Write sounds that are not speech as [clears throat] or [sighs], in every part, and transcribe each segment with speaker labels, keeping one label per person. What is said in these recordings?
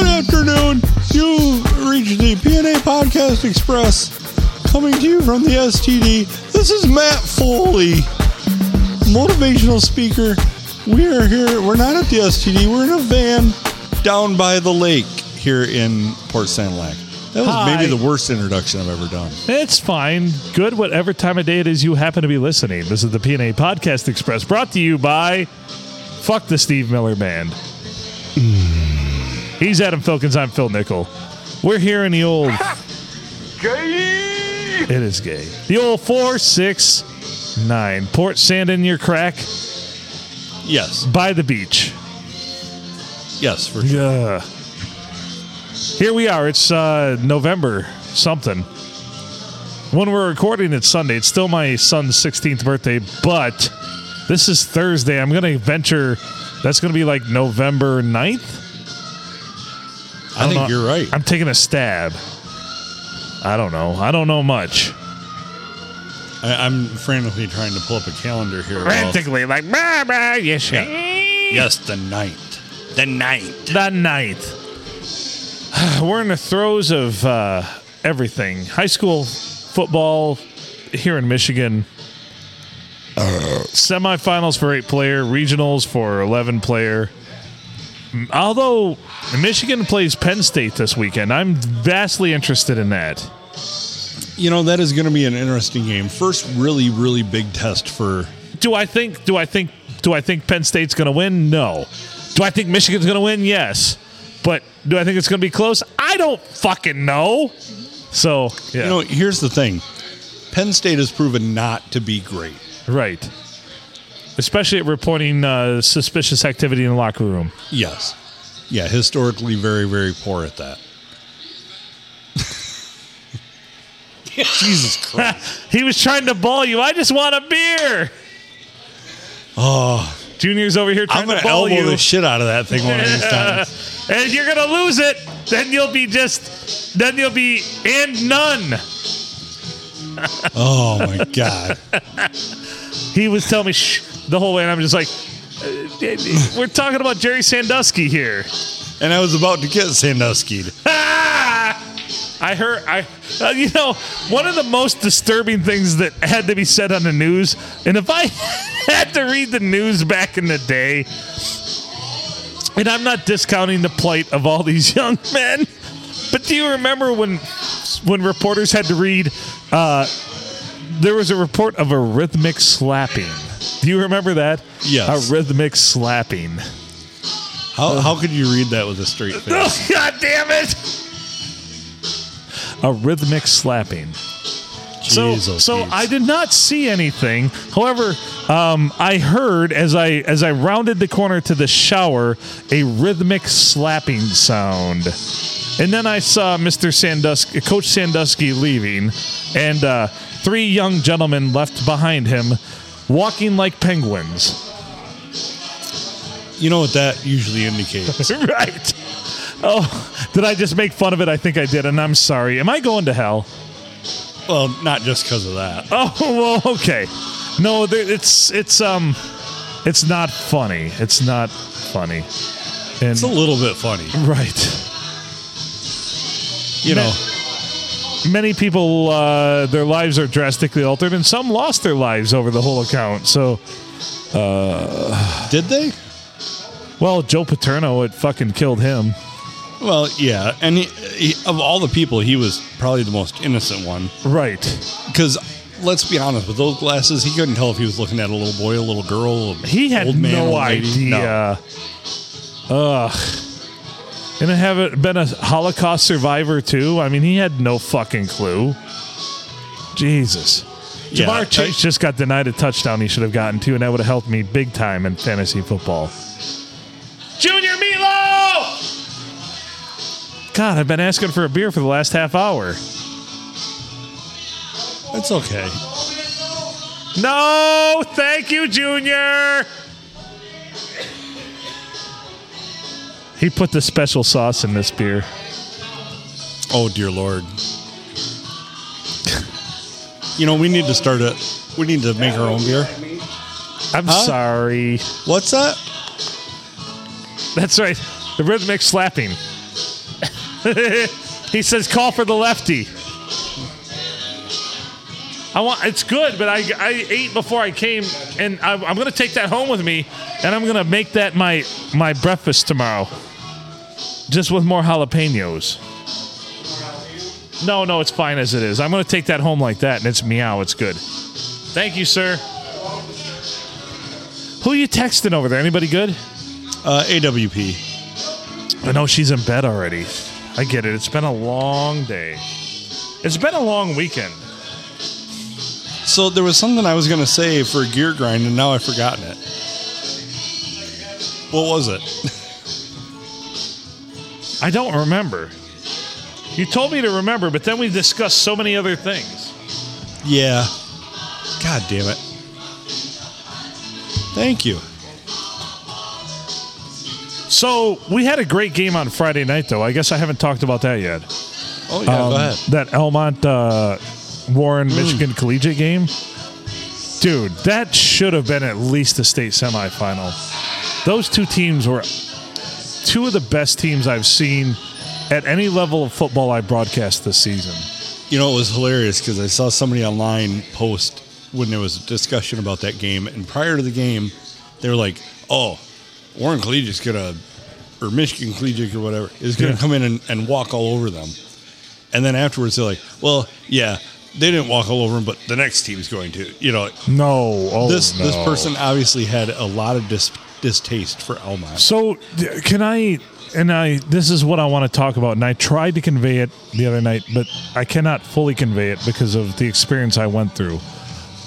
Speaker 1: afternoon. You reached the PNA Podcast Express coming to you from the STD. This is Matt Foley, motivational speaker. We are here, we're not at the STD, we're in a van down by the lake here in Port St. Lac. That was
Speaker 2: Hi.
Speaker 1: maybe the worst introduction I've ever done.
Speaker 2: It's fine. Good, whatever time of day it is you happen to be listening. This is the PNA Podcast Express brought to you by Fuck the Steve Miller Band. He's Adam Filkins. I'm Phil Nickel. We're here in the old. It is gay. The old 469. Port sand in your crack
Speaker 1: Yes,
Speaker 2: by the beach.
Speaker 1: yes, for sure.
Speaker 2: Yeah. Here we are. It's uh, November something. When we're recording, it's Sunday. It's still my son's 16th birthday, but this is Thursday. I'm going to venture that's going to be like November 9th.
Speaker 1: I think
Speaker 2: know.
Speaker 1: you're right.
Speaker 2: I'm taking a stab. I don't know. I don't know much.
Speaker 1: I, I'm frantically trying to pull up a calendar here. Well,
Speaker 2: Frantically, like, bah, bah, yes,
Speaker 1: Yeah.
Speaker 2: yeah.
Speaker 1: yes, the ninth. The ninth.
Speaker 2: the ninth. [sighs] We're in the throes of uh, everything. High school football here in Michigan. Semifinals for eight player, regionals for 11 player. M- Although Michigan plays Penn State this weekend, I'm vastly interested in that.
Speaker 1: You know that is going to be an interesting game. First, really, really big test for.
Speaker 2: Do I think do I think do I think Penn State's going to win? No. Do I think Michigan's going to win? Yes. But do I think it's going to be close? I don't fucking know. So, yeah.
Speaker 1: You know, here's the thing: Penn State has proven not to be great.
Speaker 2: Right. Especially at reporting uh, suspicious activity in the locker room. [laughs]
Speaker 1: Yes, yeah, historically very, very poor at
Speaker 2: [laughs]
Speaker 1: that. Jesus Christ!
Speaker 2: he was trying to ball you. I just want a beer.
Speaker 1: Oh,
Speaker 2: Junior's over here trying
Speaker 1: I'm going
Speaker 2: to
Speaker 1: to
Speaker 2: ball
Speaker 1: elbow
Speaker 2: you.
Speaker 1: the shit out of that thing one of
Speaker 2: [laughs]
Speaker 1: these times.
Speaker 2: and if you're gonna lose it, then you'll be just, then you'll be and none.
Speaker 1: Oh my God!
Speaker 2: He was telling me shh the whole way, and I'm just like, uh, we're talking about Jerry Sandusky here.
Speaker 1: And I was about to get Sandusky'd.
Speaker 2: Ah! [laughs] I heard I uh, you know one of the most disturbing things that had to be said on the news and if I [laughs] had to read the news back in the day and I'm not discounting the plight of all these [laughs] young men but do you remember when when reporters had to read uh, there was a report of a rhythmic slapping do you remember that
Speaker 1: Yes.
Speaker 2: a rhythmic slapping
Speaker 1: How, how could you read that with a straight face?
Speaker 2: [laughs] Oh, God damn it! A rhythmic slapping. oh, So,
Speaker 1: Jesus,
Speaker 2: so
Speaker 1: Pete.
Speaker 2: I did not see anything. However, um, I heard as I as I rounded the corner to the shower a rhythmic slapping sound, and then I saw Mister Sandusky, Coach Sandusky, leaving, and uh, three young gentlemen left behind him, walking like penguins. [laughs]
Speaker 1: You know what that usually indicates.
Speaker 2: right. Oh, did I just make fun of it? I think I did, and I'm sorry. Am I going to hell?
Speaker 1: Well, not just because of that.
Speaker 2: [laughs] Oh, well, okay. No, there, it's it's um, it's not funny. It's not funny. And
Speaker 1: It's a little bit funny,
Speaker 2: right,
Speaker 1: you know.
Speaker 2: many people uh, their lives are drastically altered, and some lost their lives over the whole account. So,
Speaker 1: Did they?
Speaker 2: well, Joe Paterno, it fucking killed him.
Speaker 1: Well, yeah. And he, he, of all the people, he was probably the most innocent one.
Speaker 2: Right.
Speaker 1: Because let's be honest, with those glasses, he couldn't tell if he was looking at a little boy, a little girl. A
Speaker 2: He had
Speaker 1: old man,
Speaker 2: no
Speaker 1: old lady.
Speaker 2: idea.
Speaker 1: No.
Speaker 2: Ugh. And have it been a Holocaust survivor too? I mean, he had no fucking clue. Jesus.
Speaker 1: Yeah,
Speaker 2: Jamar
Speaker 1: I-
Speaker 2: Chase just got denied a touchdown he should have gotten to, and that would have helped me big time in fantasy football. Junior Milo! God, I've been asking for a beer for the last half hour.
Speaker 1: That's okay.
Speaker 2: No, thank you, Junior. He put the special sauce in this beer.
Speaker 1: Oh, dear Lord. you know, we need to start a. We need to make our own beer.
Speaker 2: I'm
Speaker 1: Huh?
Speaker 2: sorry.
Speaker 1: What's that?
Speaker 2: That's right. The rhythmic slapping. [laughs] he says, "Call for the lefty." I want. It's good, but I, I ate before I came, and I, I'm gonna take that home with me, and I'm gonna make that my my breakfast tomorrow. Just with more jalapenos. No, no, it's fine as it is. I'm gonna take that home like that, and it's meow. It's good. Thank you, sir. Who you texting over there? Anybody good?
Speaker 1: Uh, AWP.
Speaker 2: I know she's in bed already. I get it. It's been a long day. It's been a long weekend.
Speaker 1: So there was something I was going to say for gear grind, and now I've forgotten it. What was it?
Speaker 2: I don't remember. You told me to remember, but then we discussed so many other things.
Speaker 1: yeah. God damn it. Thank you.
Speaker 2: So we had a great game on Friday night, though. I guess I haven't talked about that yet.
Speaker 1: Oh yeah,
Speaker 2: Um,
Speaker 1: go ahead. Mm.
Speaker 2: That Elmont uh, Warren Michigan Collegiate game. Dude, that should have been at least a state semifinal. Those two teams were two of the best teams I've seen at any level of football I broadcast this season.
Speaker 1: You know, it was hilarious because I saw somebody online post when there was a discussion about that game. And prior to the game, they were like, oh, Warren Collegiate's going to, or Michigan Collegiate or whatever, is going to
Speaker 2: Yeah.
Speaker 1: come in and, and walk all over them. And then afterwards, they're like, well, yeah, they didn't walk all over them, but the next team's going to. You know,
Speaker 2: No, oh
Speaker 1: this this
Speaker 2: no.
Speaker 1: person obviously had a lot of dis- distaste for Elmont.
Speaker 2: So d- can I? And I. This is what I want to talk about, and I tried to convey it the other night, but I cannot fully convey it because of the experience I went through.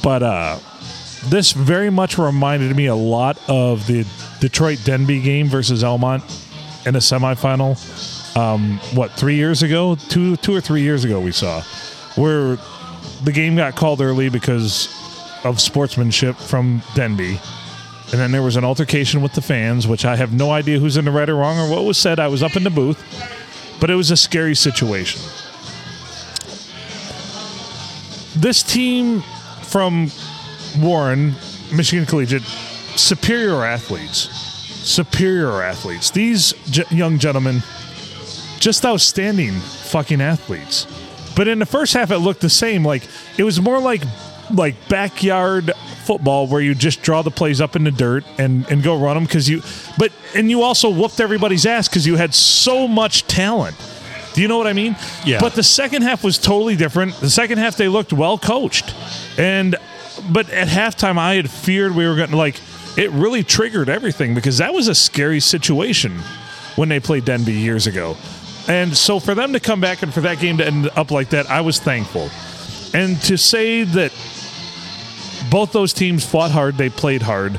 Speaker 2: But uh, this very much reminded me a lot of the Detroit Denby game versus Elmont in a semifinal. Um, what three years ago? Two, two or three years ago, we saw where the game got called early because of sportsmanship from Denby. And then there was an altercation with the fans, which I have no idea who's in the right or wrong or what was said. I was up in the booth, but it was a scary situation. This team from Warren, Michigan Collegiate, superior athletes, superior athletes. These j- young gentlemen, just outstanding fucking athletes. But in the first half, it looked the same. Like it was more like like backyard football where you just draw the plays up in the dirt and and go run them because you. But and you also whooped everybody's ass because you had so much talent. Do you know what I mean?
Speaker 1: Yeah.
Speaker 2: But the second half was totally different. The second half they looked well coached, and but at halftime I had feared we were going to like it really triggered everything because that was a scary situation when they played Denby years ago, and so for them to come back and for that game to end up like that, I was thankful, and to say that both those teams fought hard, they played hard.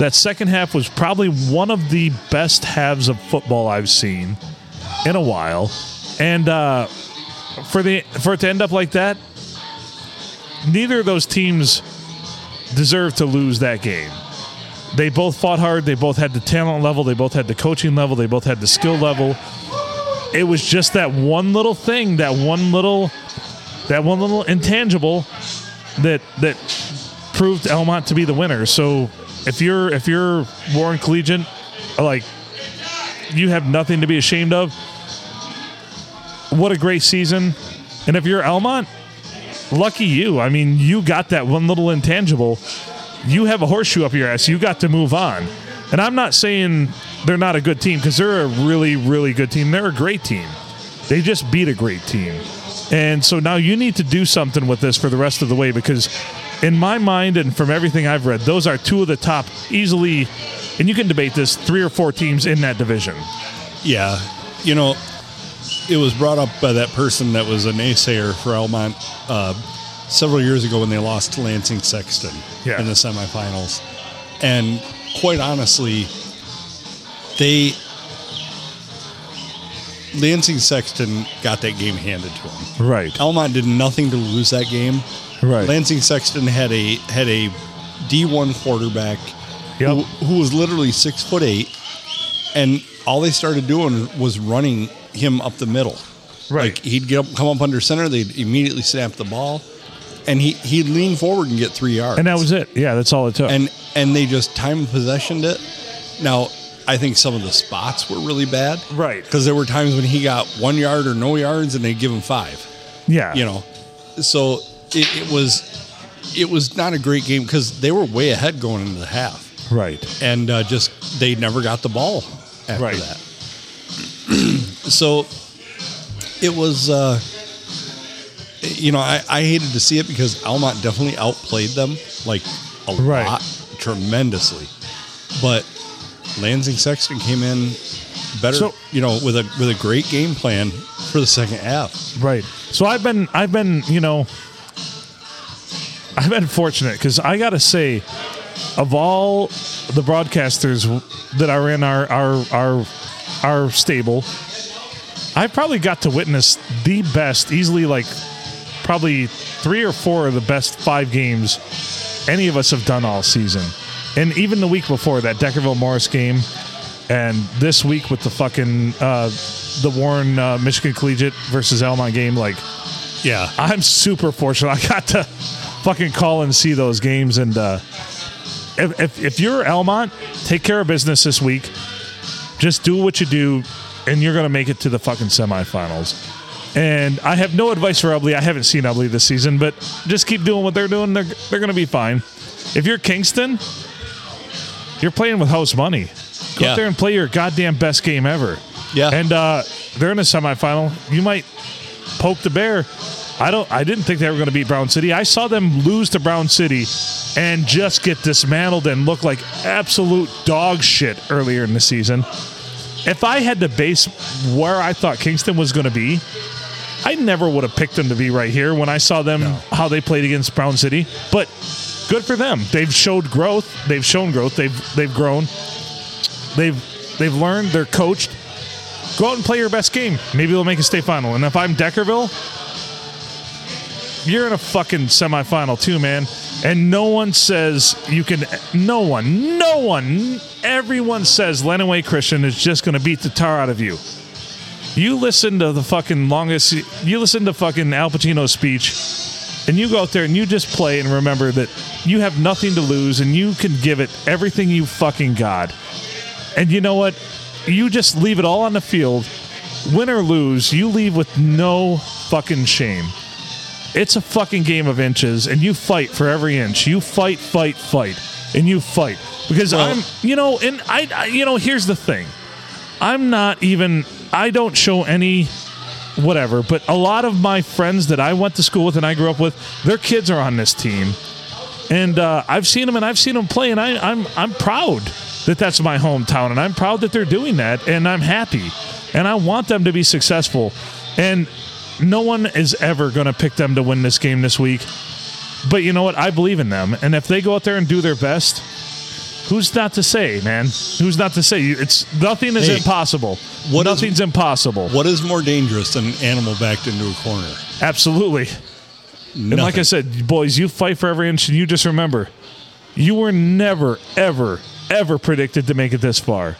Speaker 2: That second half was probably one of the best halves of football I've seen in a while, and uh, for the for it to end up like that, neither of those teams deserve to lose that game. They both fought hard. They both had the talent level. They both had the coaching level. They both had the skill level. It was just that one little thing, that one little, that one little intangible, that that proved Elmont to be the winner. So if you're if you're Warren Collegiate, like you have nothing to be ashamed of. What a great season. And if you're Elmont, lucky you. I mean, you got that one little intangible. You have a horseshoe up your ass. You got to move on. And I'm not saying they're not a good team because they're a really, really good team. They're a great team. They just beat a great team. And so now you need to do something with this for the rest of the way because, in my mind and from everything I've read, those are two of the top easily, and you can debate this, three or four teams in that division.
Speaker 1: Yeah, you know, it was brought up by that person that was a naysayer for Elmont uh, several years ago when they lost to Lansing Sexton
Speaker 2: Yeah.
Speaker 1: in the semifinals. And quite honestly, they Lansing Sexton got that game handed to him.
Speaker 2: Right.
Speaker 1: Elmont did nothing to lose that game.
Speaker 2: Right.
Speaker 1: Lansing Sexton had a had a D one quarterback
Speaker 2: Yep.
Speaker 1: who, who was literally six foot eight, and all they started doing was running him up the middle.
Speaker 2: Right.
Speaker 1: like he'd get up, come up under center, they'd immediately snap the ball, and he he'd lean forward and get three yards.
Speaker 2: and that was it. Yeah, that's all it took.
Speaker 1: and and they just time possessioned it. Now I think some of the spots were really bad.
Speaker 2: Right.
Speaker 1: Because there were times when he got one yard or no yards and they give him five,
Speaker 2: Yeah.
Speaker 1: you know. So it, it was it was not a great game because they were way ahead going into the half.
Speaker 2: Right.
Speaker 1: and uh, just they never got the ball after
Speaker 2: Right.
Speaker 1: that. [clears throat] so it was, uh, you know, I, I hated to see it because Almont definitely outplayed them like a
Speaker 2: Right.
Speaker 1: lot, tremendously. But Lansing Sexton came in better,
Speaker 2: So-
Speaker 1: you know, with a with a great game plan for the second half.
Speaker 2: Right. So I've been I've been, you know, I've been fortunate cuz I got to say of all the broadcasters that are in our our our our stable, I probably got to witness the best, easily like probably 3 or 4 of the best 5 games any of us have done all season. And even the week before that Deckerville Morris game and this week with the fucking uh, the Warren uh, Michigan Collegiate versus Elmont game, like
Speaker 1: Yeah,
Speaker 2: I'm super fortunate. [laughs] I got to fucking call and see those games. And uh, if, if if you're Elmont, take care of business this week. Just do what you do, and you're gonna make it to the fucking semifinals. And I have no advice for Ubley. I haven't seen Ubley this season, but just keep doing what they're doing. They're they're gonna be fine. If you're Kingston, you're playing with house money. Go
Speaker 1: Yeah.
Speaker 2: out there and play your goddamn best game ever.
Speaker 1: Yeah.
Speaker 2: And uh, they're in the semifinal. You might poke the bear. I don't. I didn't think they were going to beat Brown City. I saw them lose to Brown City and just get dismantled and look like absolute dog shit earlier in the season. If I had to base where I thought Kingston was going to be, I never would have picked them to be right here when I saw them how they played against Brown City. But good for them. They've showed growth. They've shown growth. They've they've grown. They've they've learned. They're coached. Go out and play your best game. Maybe they'll make a state final. And if I'm Deckerville, you're in a fucking semifinal too, man. And no one says you can. No one, no one, everyone says Lenaway Christian is just going to beat the tar out of you. You listen to the fucking longest. You listen to fucking Al Pacino's speech, and you go out there and you just play and remember that you have nothing to lose and you can give it everything you fucking got. And you know what? You just leave it all on the field. Win or lose, you leave with no fucking shame. It's a fucking game of inches, and you fight for every inch. You fight, fight, fight, and you fight because
Speaker 1: Well-
Speaker 2: I'm, you know, and I, I, you know, here's the thing. I'm not even. I don't show any whatever. But a lot of my friends that I went to school with and I grew up with, their kids are on this team, and uh, I've seen them and I've seen them play, and I, I'm I'm proud that that's my hometown, and I'm proud that they're doing that, and I'm happy, and I want them to be successful, and no one is ever going to pick them to win this game this week. But you know what? I believe in them, and if they go out there and do their best. Who's not to say, man? Who's not to say? It's nothing is
Speaker 1: Hey,
Speaker 2: impossible.
Speaker 1: what is-
Speaker 2: Nothing's impossible.
Speaker 1: what is more dangerous than an animal backed into a corner?
Speaker 2: Absolutely. And like I
Speaker 1: Nothing.
Speaker 2: said, boys, you fight for every inch, and you just remember, you were never, ever, ever predicted to make it this far.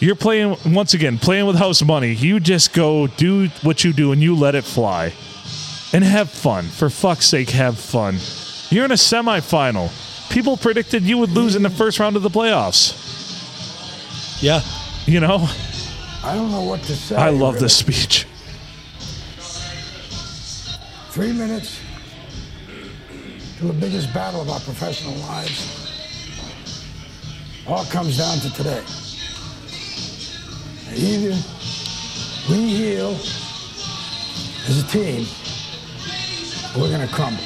Speaker 2: You're playing once again, playing with house money. You just go do what you do, and you let it fly, and have fun. For fuck's sake, have fun. You're in a semifinal. People predicted you would lose in the first round of the playoffs.
Speaker 1: yeah,
Speaker 2: You know,
Speaker 3: I don't know what to say.
Speaker 2: I love this
Speaker 3: really.
Speaker 2: speech.
Speaker 3: Three minutes to the biggest battle of our professional lives. All comes down to today. Either we heal as a team, or we're going to crumble.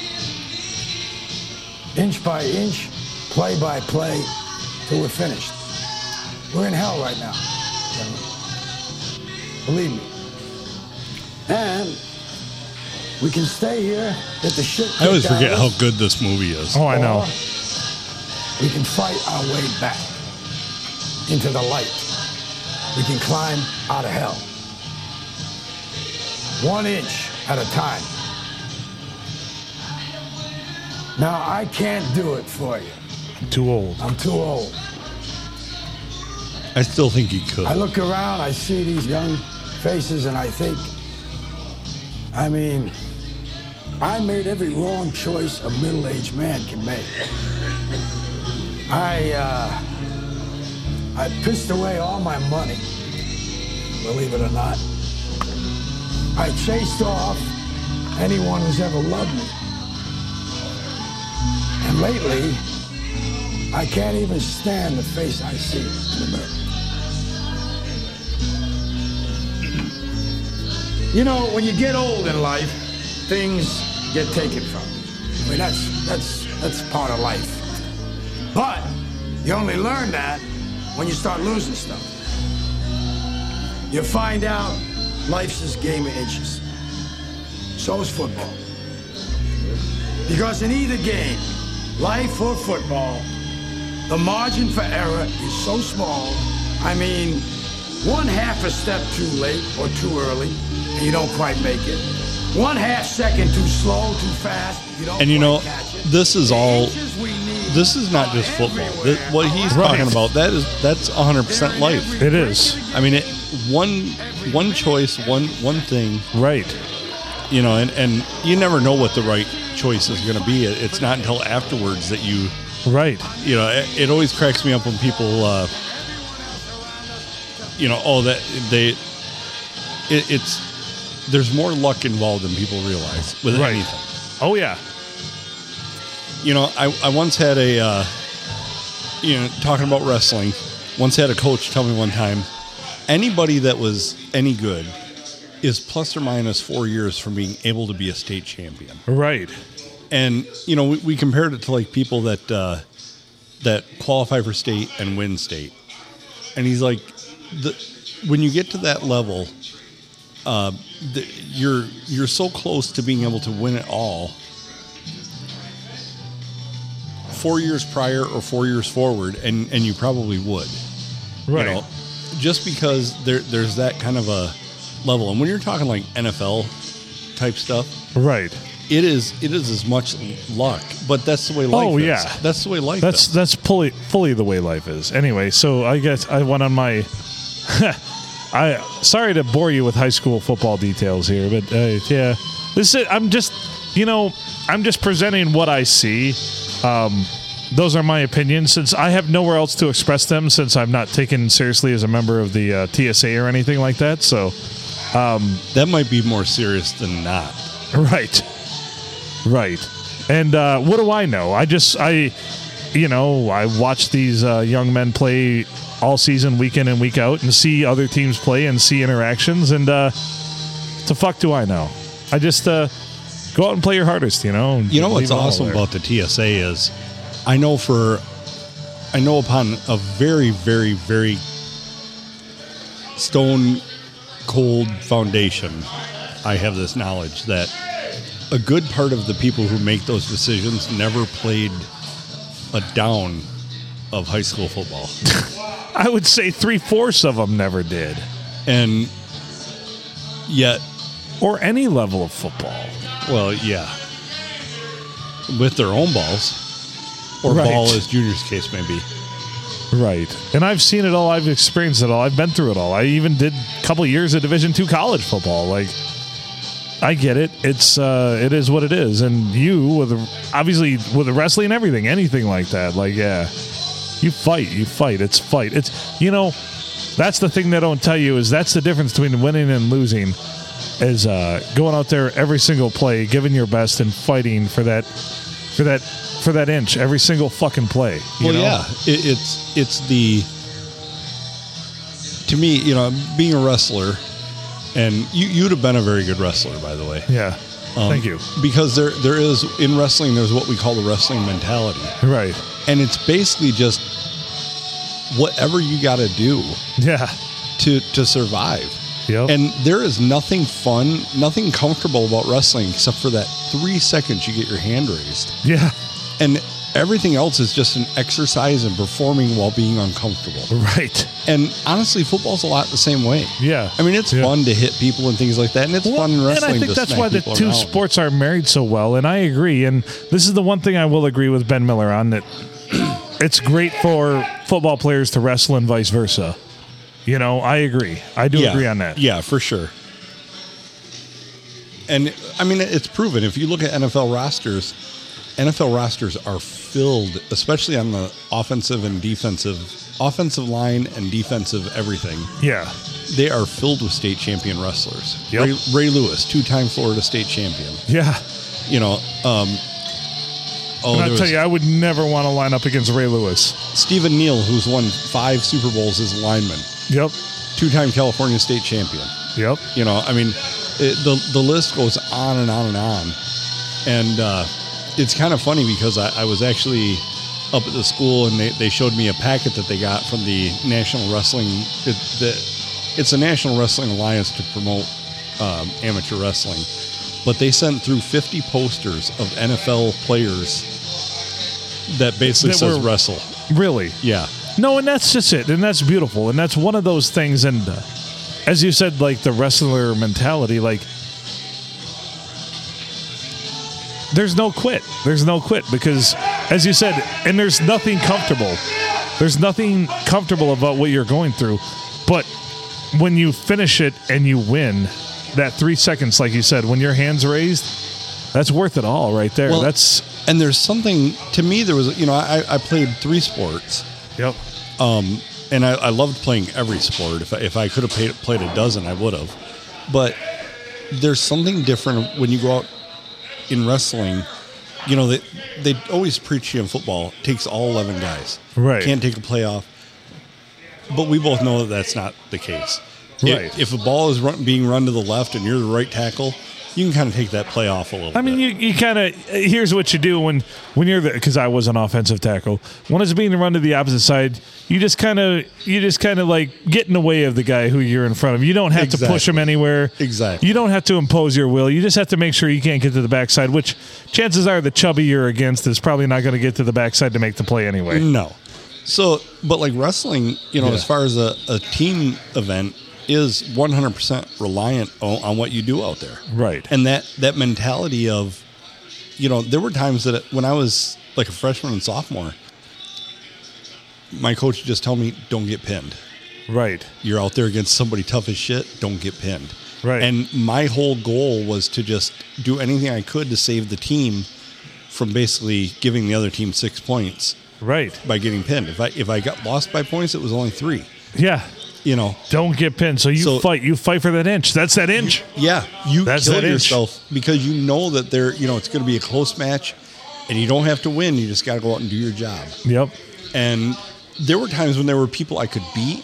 Speaker 3: Inch by inch, play by play, till we're finished. We're in hell right now. gentlemen. Believe me. And we can stay here, get the shit.
Speaker 1: I always
Speaker 3: kicked out of
Speaker 1: forget
Speaker 3: us.
Speaker 1: how good this movie is.
Speaker 2: Oh, I know.
Speaker 3: We can fight our way back into the light. We can climb out of hell. One inch at a time. Now, I can't do it for you.
Speaker 2: I'm too old.
Speaker 3: I'm too old.
Speaker 1: I still think he could.
Speaker 3: I look around, I see these young faces, and I think, I mean, I made every wrong choice a middle aged man can make. I, uh, I pissed away all my money, believe it or not. I chased off anyone who's ever loved me. And lately, I can't even stand the face I see in the mirror.
Speaker 4: You know, when you get old in life, things get taken from you.
Speaker 3: I mean, that's, that's, that's part of life. But you only learn that when you start losing stuff. You find out life's this game of inches. So is football. Because in either game, life or football, the margin for error is so small. I mean, one half a step too late or too early, and you don't quite make it. One half second too slow, too fast, you don't
Speaker 1: And you
Speaker 3: quite
Speaker 1: know,
Speaker 3: catch it.
Speaker 1: this is
Speaker 3: The
Speaker 1: all-
Speaker 3: inches we need
Speaker 1: This is not
Speaker 3: are
Speaker 1: just football. Th-
Speaker 3: everywhere.
Speaker 1: what he's
Speaker 2: Right.
Speaker 1: talking about that is that's 100 percent life.
Speaker 2: It is.
Speaker 1: I mean, it, one one choice, one one thing,
Speaker 2: Right.
Speaker 1: you know, and and you never know what the right choice is going to be. It, it's not until afterwards that you
Speaker 2: Right.
Speaker 1: you know, it, it always cracks me up when people, uh, you know, oh, that they, it, it's, there's more luck involved than people realize with
Speaker 2: Right.
Speaker 1: anything.
Speaker 2: Oh yeah.
Speaker 1: You know, I, I once had a, uh, you know, talking about wrestling, once had a coach tell me one time anybody that was any good is plus or minus four years from being able to be a state champion.
Speaker 2: Right.
Speaker 1: and you know we, we compared it to like people that uh, that qualify for state and win state and he's like the, when you get to that level uh, the, you're you're so close to being able to win it all four years prior or four years forward and and you probably would
Speaker 2: Right.
Speaker 1: you know, just because there there's that kind of a level and when you're talking like NFL type stuff
Speaker 2: Right.
Speaker 1: it is it is as much luck, but that's the way life
Speaker 2: Oh,
Speaker 1: is.
Speaker 2: yeah.
Speaker 1: That's the way life
Speaker 2: That's
Speaker 1: is.
Speaker 2: that's fully fully the way life is. Anyway, so I guess I went on my. [laughs] I sorry to bore you with high school football details here, but uh, yeah, this is. I'm just, you know, I'm just presenting what I see. Um, those are my opinions, since I have nowhere else to express them, since I'm not taken seriously as a member of the uh, TSA or anything like that. So,
Speaker 1: That might be more serious than not.
Speaker 2: Right. Right. And uh, what do I know? I just I you know, I watch these uh, young men play all season week in and week out and see other teams play and see interactions and uh what the fuck do I know? I just uh go out and play your hardest, you know. and
Speaker 1: You know what's
Speaker 2: leave it all
Speaker 1: awesome
Speaker 2: there.
Speaker 1: about the TSA is, I know for, I know upon a very very very stone cold foundation, I have this knowledge that a good part of the people who make those decisions never played a down of high school football.
Speaker 2: I would say 3/4 of them never did
Speaker 1: and yet
Speaker 2: or any level of football.
Speaker 1: Well, yeah. With their own balls. Or
Speaker 2: Right.
Speaker 1: ball, as Junior's case may be.
Speaker 2: Right. And I've seen it all. I've experienced it all. I've been through it all. I even did a couple years of Division two college football. Like, I get it. It's uh, it is what it is. And you with obviously with the wrestling and everything, anything like that. Like, yeah, you fight. You fight. It's fight. It's you know, that's the thing they don't tell you is that's the difference between winning and losing. Is uh, going out there every single play, giving your best, and fighting for that, for that, for that inch every single fucking play. you
Speaker 1: well,
Speaker 2: know?
Speaker 1: yeah. It, it's, it's the. To me, you know, being a wrestler, and you, you'd have been a very good wrestler, by the way.
Speaker 2: Yeah.
Speaker 1: Um,
Speaker 2: Thank you.
Speaker 1: Because there, there is, in wrestling, there's what we call the wrestling mentality.
Speaker 2: Right.
Speaker 1: And it's basically just whatever you got to do
Speaker 2: Yeah.
Speaker 1: to, to survive.
Speaker 2: Yep.
Speaker 1: And there is nothing fun, nothing comfortable about wrestling except for that three seconds you get your hand raised.
Speaker 2: yeah. [laughs]
Speaker 1: And everything else is just an exercise and performing while being uncomfortable.
Speaker 2: Right.
Speaker 1: And honestly, football's a lot the same way.
Speaker 2: Yeah.
Speaker 1: I mean, it's
Speaker 2: Yeah.
Speaker 1: fun to hit people and things like that. And it's fun in
Speaker 2: and
Speaker 1: wrestling.
Speaker 2: I think
Speaker 1: to
Speaker 2: that's
Speaker 1: smack
Speaker 2: why the
Speaker 1: people
Speaker 2: two
Speaker 1: around.
Speaker 2: sports are married so well. And I agree. And this is the one thing I will agree with Ben Miller on that [clears throat] it's great for football players to wrestle and vice versa. You know, I agree. I do agree on that.
Speaker 1: Yeah, for sure. And I mean, it's proven. If you look at NFL rosters, NFL rosters are filled, especially on the offensive and defensive, offensive line and defensive everything.
Speaker 2: Yeah.
Speaker 1: They are filled with state champion wrestlers.
Speaker 2: Yep.
Speaker 1: Ray, Ray Lewis, two-time Florida state champion.
Speaker 2: Yeah.
Speaker 1: You know, um, oh,
Speaker 2: And
Speaker 1: there
Speaker 2: I'll
Speaker 1: was
Speaker 2: tell you, I would never want to line up against Ray Lewis.
Speaker 1: Stephen Neal, who's won five Super Bowls as a lineman,
Speaker 2: Yep.
Speaker 1: two-time California state champion.
Speaker 2: Yep.
Speaker 1: You know, I mean, it, the the list goes on and on and on, and uh, it's kind of funny because I, I was actually up at the school and they, they showed me a packet that they got from the National Wrestling. It, the, it's a National Wrestling Alliance to promote um, amateur wrestling, but they sent through 50 posters of NFL players that basically
Speaker 2: That
Speaker 1: says
Speaker 2: were-
Speaker 1: wrestle.
Speaker 2: Really.
Speaker 1: Yeah,
Speaker 2: No, and that's just it, and that's beautiful, and that's one of those things. And uh, as you said, like the wrestler mentality, like there's no quit, there's no quit because, as you said, and there's nothing comfortable, there's nothing comfortable about what you're going through, but when you finish it and you win, that three seconds, like you said, when your hands raised, that's worth it all right there.
Speaker 1: Well-
Speaker 2: that's
Speaker 1: and there's something to me. There was you know I, I played three sports.
Speaker 2: yep,
Speaker 1: and I, I loved playing every sport. If I, if I could have paid, played a dozen, I would have. But there's something different when you go out in wrestling. You know, they, they always preach you in football it takes all 11 guys.
Speaker 2: Right.
Speaker 1: Can't take a playoff. But we both know that that's not the case. If-
Speaker 2: Right.
Speaker 1: If, a ball is run, being run to the left and you're the right tackle, you can kind of take that play off a little
Speaker 2: I mean,
Speaker 1: bit.
Speaker 2: you, you kind of here's what you do when when you're because I was an offensive tackle. When it's being run to the opposite side, you just kind of you just kind of like get in the way of the guy who you're in front of. You don't have to push him
Speaker 1: Exactly.
Speaker 2: anywhere.
Speaker 1: Exactly.
Speaker 2: You don't have to impose your will. You just have to make sure you can't get to the backside. Which chances are the chubby you're against is probably not going to get to the backside to make the play anyway.
Speaker 1: No. So, but like wrestling, you know,
Speaker 2: Yeah.
Speaker 1: as far as a, a team event is 100% reliant on, on what you do out there.
Speaker 2: Right.
Speaker 1: And that, that mentality of, you know, there were times that when I was like a freshman and sophomore, my coach would just tell me, don't get pinned.
Speaker 2: Right.
Speaker 1: You're out there against somebody tough as shit, don't get pinned.
Speaker 2: Right.
Speaker 1: And my whole goal was to just do anything I could to save the team from basically giving the other team six points
Speaker 2: Right.
Speaker 1: by getting pinned. If I if I got lost by points, it was only three.
Speaker 2: Yeah.
Speaker 1: You know,
Speaker 2: Don't get pinned. So you
Speaker 1: So-
Speaker 2: fight. You fight for that inch. That's that inch.
Speaker 1: yeah, you
Speaker 2: That's
Speaker 1: kill
Speaker 2: that inch.
Speaker 1: yourself because you know that there. You know, it's going to be a close match, and you don't have to win. You just got to go out and do your job.
Speaker 2: Yep.
Speaker 1: And there were times when there were people I could beat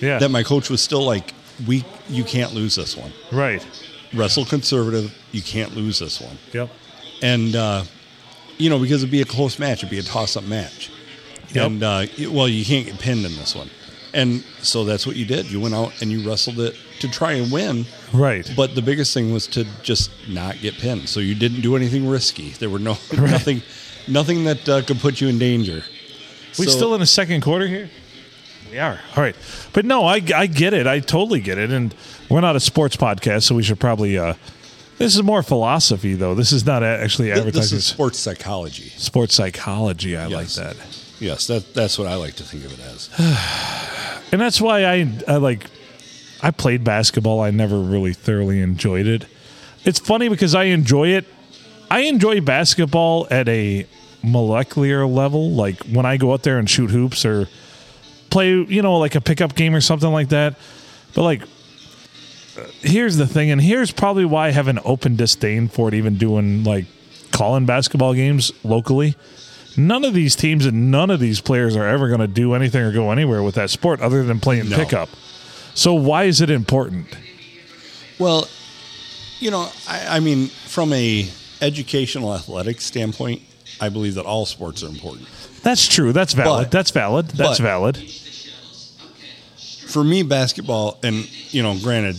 Speaker 2: Yeah.
Speaker 1: that my coach was still like, "We, you can't lose this one.
Speaker 2: right.
Speaker 1: Wrestle conservative. You can't lose this one."
Speaker 2: Yep.
Speaker 1: and uh, you know because it'd be a close match, it'd be a toss-up match,
Speaker 2: Yep.
Speaker 1: and uh, it- well, you can't get pinned in this one, and so that's what you did. You went out and you wrestled it to try and win,
Speaker 2: Right.
Speaker 1: but the biggest thing was to just not get pinned. So you didn't do anything risky. There were no
Speaker 2: [laughs]
Speaker 1: nothing, nothing that uh, could put you in danger.
Speaker 2: We
Speaker 1: So-
Speaker 2: still in the second quarter here? We are. All right. But no, I, I get it. I totally get it. And we're not a sports podcast, so we should probably. Uh, this is more philosophy, though. This is not a- actually
Speaker 1: Th- this
Speaker 2: advertising.
Speaker 1: is sports psychology.
Speaker 2: sports psychology. I
Speaker 1: Yes.
Speaker 2: like that.
Speaker 1: Yes, that that's what I like to think of it as.
Speaker 2: And that's why I, I like. I played basketball. I never really thoroughly enjoyed it. It's funny because I enjoy it. I enjoy basketball at a molecular level. Like when I go out there and shoot hoops or play, you know, like a pickup game or something like that. But like, uh, here's the thing, and here's probably why I have an open disdain for it, even doing like calling basketball games locally. None of these teams and none of these players are ever going to do anything or go anywhere with that sport other than playing
Speaker 1: No.
Speaker 2: pickup. So why is it important?
Speaker 1: Well, you know, I, I mean, from a educational athletics standpoint, I believe that all sports are important.
Speaker 2: That's true. That's valid.
Speaker 1: But-
Speaker 2: That's valid. That's
Speaker 1: but-
Speaker 2: valid.
Speaker 1: For me, basketball, and you know, granted,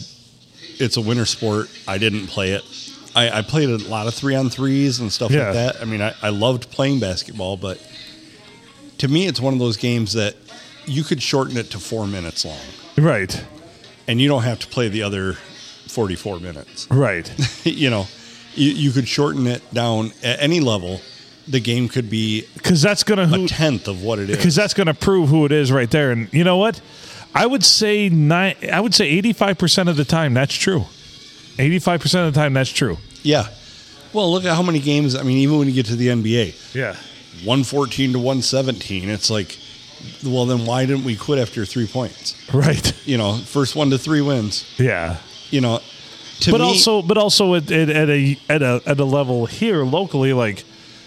Speaker 1: it's a winter sport. I didn't play it. I, I played a lot of three on threes and stuff
Speaker 2: Yeah.
Speaker 1: like that. I mean, I, I loved playing basketball, but to me, it's one of those games that you could shorten it to four minutes long,
Speaker 2: Right.
Speaker 1: and you don't have to play the other forty-four minutes. [laughs]
Speaker 2: Right.
Speaker 1: you know, you, you could shorten it down at any level. The game could be
Speaker 2: Because that's going
Speaker 1: a
Speaker 2: to
Speaker 1: tenth of what it
Speaker 2: because
Speaker 1: is.
Speaker 2: that's going to prove who it is right there. And you know what? I would say nine. I would say eighty-five percent of the time that's true. Eighty-five percent of the time that's true.
Speaker 1: Yeah. Well, look at how many games. I mean, even when you get to the NBA,
Speaker 2: Yeah.
Speaker 1: 114 to 117, it's like well, then why didn't we quit after three points?
Speaker 2: Right. [laughs]
Speaker 1: You know, first one to three wins.
Speaker 2: Yeah.
Speaker 1: You know, to
Speaker 2: But
Speaker 1: me-
Speaker 2: also, but also at, at, at a at a at a level here locally, like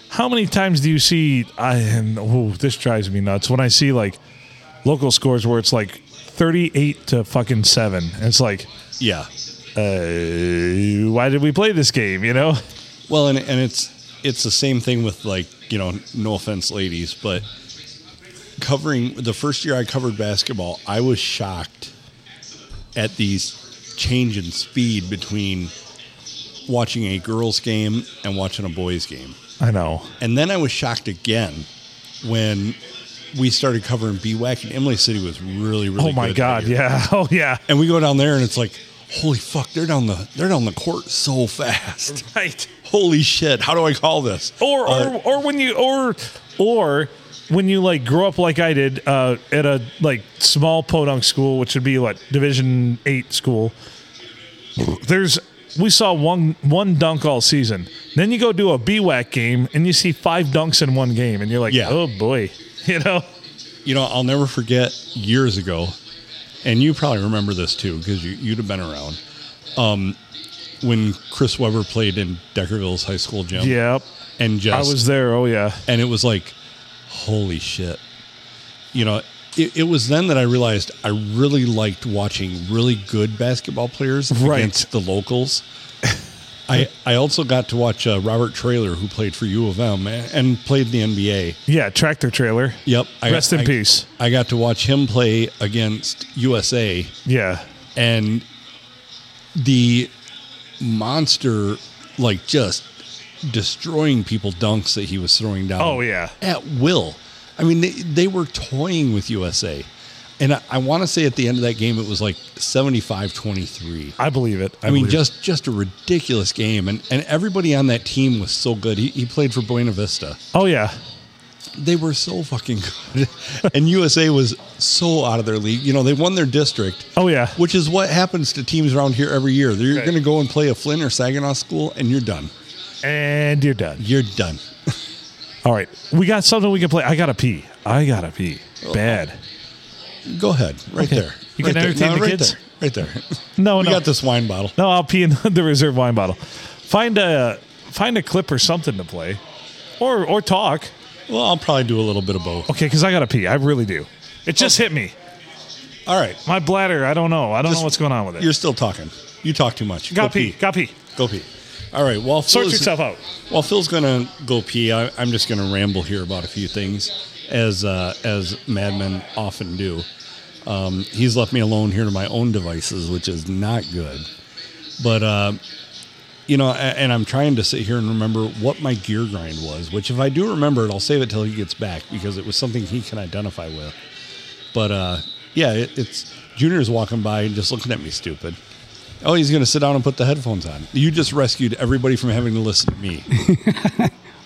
Speaker 2: how many times do you see? I and oh, this drives me nuts when I see like local scores where it's like thirty-eight to fucking seven. And it's like,
Speaker 1: yeah.
Speaker 2: uh, why did we play this game? You know?
Speaker 1: Well, and and it's it's the same thing with like you know, no offense, ladies, but covering the first year I covered basketball, I was shocked at these change in speed between watching a girls' game and watching a boys' game.
Speaker 2: I know.
Speaker 1: And then I was shocked again when we started covering BWAC and Emily City was really, really
Speaker 2: oh my
Speaker 1: good that
Speaker 2: god!
Speaker 1: year.
Speaker 2: Yeah. [laughs] Oh yeah.
Speaker 1: And we go down there and it's like, holy fuck, they're down the they're down the court so fast.
Speaker 2: Right.
Speaker 1: Holy shit, how do I call this?
Speaker 2: or
Speaker 1: Uh,
Speaker 2: or, or when you or or when you like grow up like I did uh, at a like small podunk school, which would be like Division Eight school. There's we saw one one dunk all season. Then you go do a BWAC game and you see five dunks in one game, and you're like,
Speaker 1: Yeah.
Speaker 2: oh boy, [laughs] you know.
Speaker 1: You know, I'll never forget years ago, and you probably remember this too because you, you'd have been around. Um, when Chris Webber played in Deckerville's high school gym,
Speaker 2: Yep,
Speaker 1: and
Speaker 2: I
Speaker 1: just
Speaker 2: was there. Oh yeah,
Speaker 1: and it was like, holy shit. You know, it, it was then that I realized I really liked watching really good basketball players
Speaker 2: Right.
Speaker 1: against the locals. I I also got to watch uh, Robert Trailer, who played for U of M and, and played the NBA.
Speaker 2: yeah. Tractor trailer.
Speaker 1: Yep. I,
Speaker 2: Rest in
Speaker 1: I-
Speaker 2: peace.
Speaker 1: I got to watch him play against USA
Speaker 2: Yeah,
Speaker 1: and the monster, like just destroying people dunks that he was throwing down.
Speaker 2: Oh, yeah.
Speaker 1: at will. I mean, they, they were toying with USA, and I, I want to say at the end of that game it was like 75-23.
Speaker 2: I believe it.
Speaker 1: I, mean,
Speaker 2: believe it.
Speaker 1: just just a ridiculous game, and and everybody on that team was so good. He, he played for Buena Vista.
Speaker 2: oh yeah.
Speaker 1: They were so fucking good, [laughs] and USA was so out of their league. You know, they won their district
Speaker 2: Oh yeah.
Speaker 1: which is what happens to teams around here every year. They're
Speaker 2: Right.
Speaker 1: going to go and play a Flynn or Saginaw school, and you're done.
Speaker 2: And you're done.
Speaker 1: You're done.
Speaker 2: All right, we got something we can play. I gotta pee. I gotta pee. Bad.
Speaker 1: Go ahead, right
Speaker 2: Okay.
Speaker 1: there.
Speaker 2: You
Speaker 1: right
Speaker 2: can entertain
Speaker 1: No,
Speaker 2: the
Speaker 1: right
Speaker 2: kids?
Speaker 1: There. Right there. [laughs]
Speaker 2: No,
Speaker 1: we
Speaker 2: no,
Speaker 1: got this wine bottle.
Speaker 2: no. I'll pee in [laughs] the reserve wine bottle. Find a find a clip or something to play, or or talk.
Speaker 1: Well, I'll probably do a little bit of both.
Speaker 2: Okay, because I gotta pee. I really do. It just hit me.
Speaker 1: All right,
Speaker 2: My bladder. I don't know. I don't
Speaker 1: Just-
Speaker 2: know what's going on with it.
Speaker 1: you're still talking. You talk too much.
Speaker 2: got
Speaker 1: go
Speaker 2: pee.
Speaker 1: pee.
Speaker 2: Got pee.
Speaker 1: Go pee. All right. While Phil
Speaker 2: Sort
Speaker 1: is-
Speaker 2: yourself out.
Speaker 1: While Phil's gonna go pee, I, I'm just gonna ramble here about a few things, as uh, as madmen often do. Um, he's left me alone here to my own devices, which is not good. But uh, you know, a- and I'm trying to sit here and remember what my gear grind was. Which, if I do remember it, I'll save it till he gets back because it was something he can identify with. But uh, yeah, it, it's Junior's walking by and just looking at me stupid. Oh, he's gonna sit down and put the headphones on. You just rescued everybody from having to listen to me.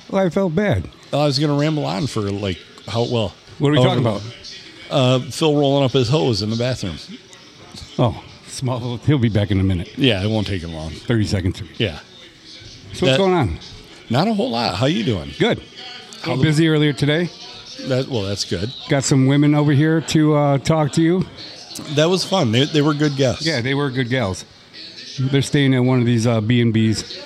Speaker 5: Well, I felt bad.
Speaker 1: I was going to ramble on for like how well.
Speaker 5: What are we
Speaker 1: Oh,
Speaker 5: talking about?
Speaker 1: Phil rolling up his hose in the bathroom.
Speaker 5: Oh, small. little- He'll be back in a minute.
Speaker 1: Yeah, it won't take him long.
Speaker 5: Thirty seconds. So
Speaker 1: Yeah,
Speaker 5: what's
Speaker 1: That-
Speaker 5: going on?
Speaker 1: not a whole lot. How you doing?
Speaker 5: Good. A little busy earlier today.
Speaker 1: That well, that's good.
Speaker 5: Got some women over here to uh, talk to you.
Speaker 1: That was fun. They, they were good guests.
Speaker 5: Yeah, they were good gals. They're staying at one of these uh, B and B's,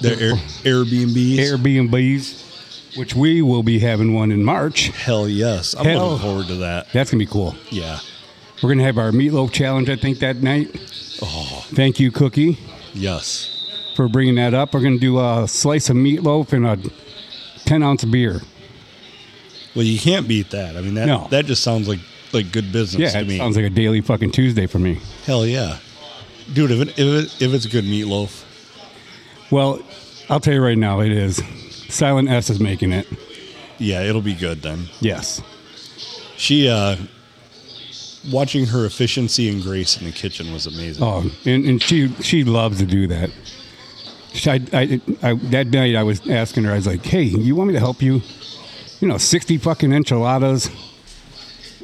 Speaker 1: they're Air, Airbnbs.
Speaker 5: Airbnbs, which we will be having one in March.
Speaker 1: Hell yes, I'm
Speaker 5: Hell.
Speaker 1: looking forward to that.
Speaker 5: That's gonna be cool.
Speaker 1: Yeah.
Speaker 5: We're gonna have our meatloaf challenge, I think, that night. Oh. Thank you, Cookie,
Speaker 1: Yes.
Speaker 5: for bringing that up. We're gonna do a slice of meatloaf and a ten ounce of beer.
Speaker 1: Well, you can't beat that. I mean, that
Speaker 5: No.
Speaker 1: that just sounds like like good business
Speaker 5: yeah,
Speaker 1: to
Speaker 5: it
Speaker 1: me.
Speaker 5: sounds like a daily fucking Tuesday for me.
Speaker 1: Hell yeah, dude. If it, if it if it's good meatloaf,
Speaker 5: Well, I'll tell you right now, it is. Silent S is making it.
Speaker 1: yeah, it'll be good then.
Speaker 5: Yes.
Speaker 1: She uh, watching her efficiency and grace in the kitchen was amazing.
Speaker 5: Oh, and, and she she loves to do that. She, I, I, I, that night I was asking her, I was like, "Hey, you want me to help you? You know, sixty fucking enchiladas."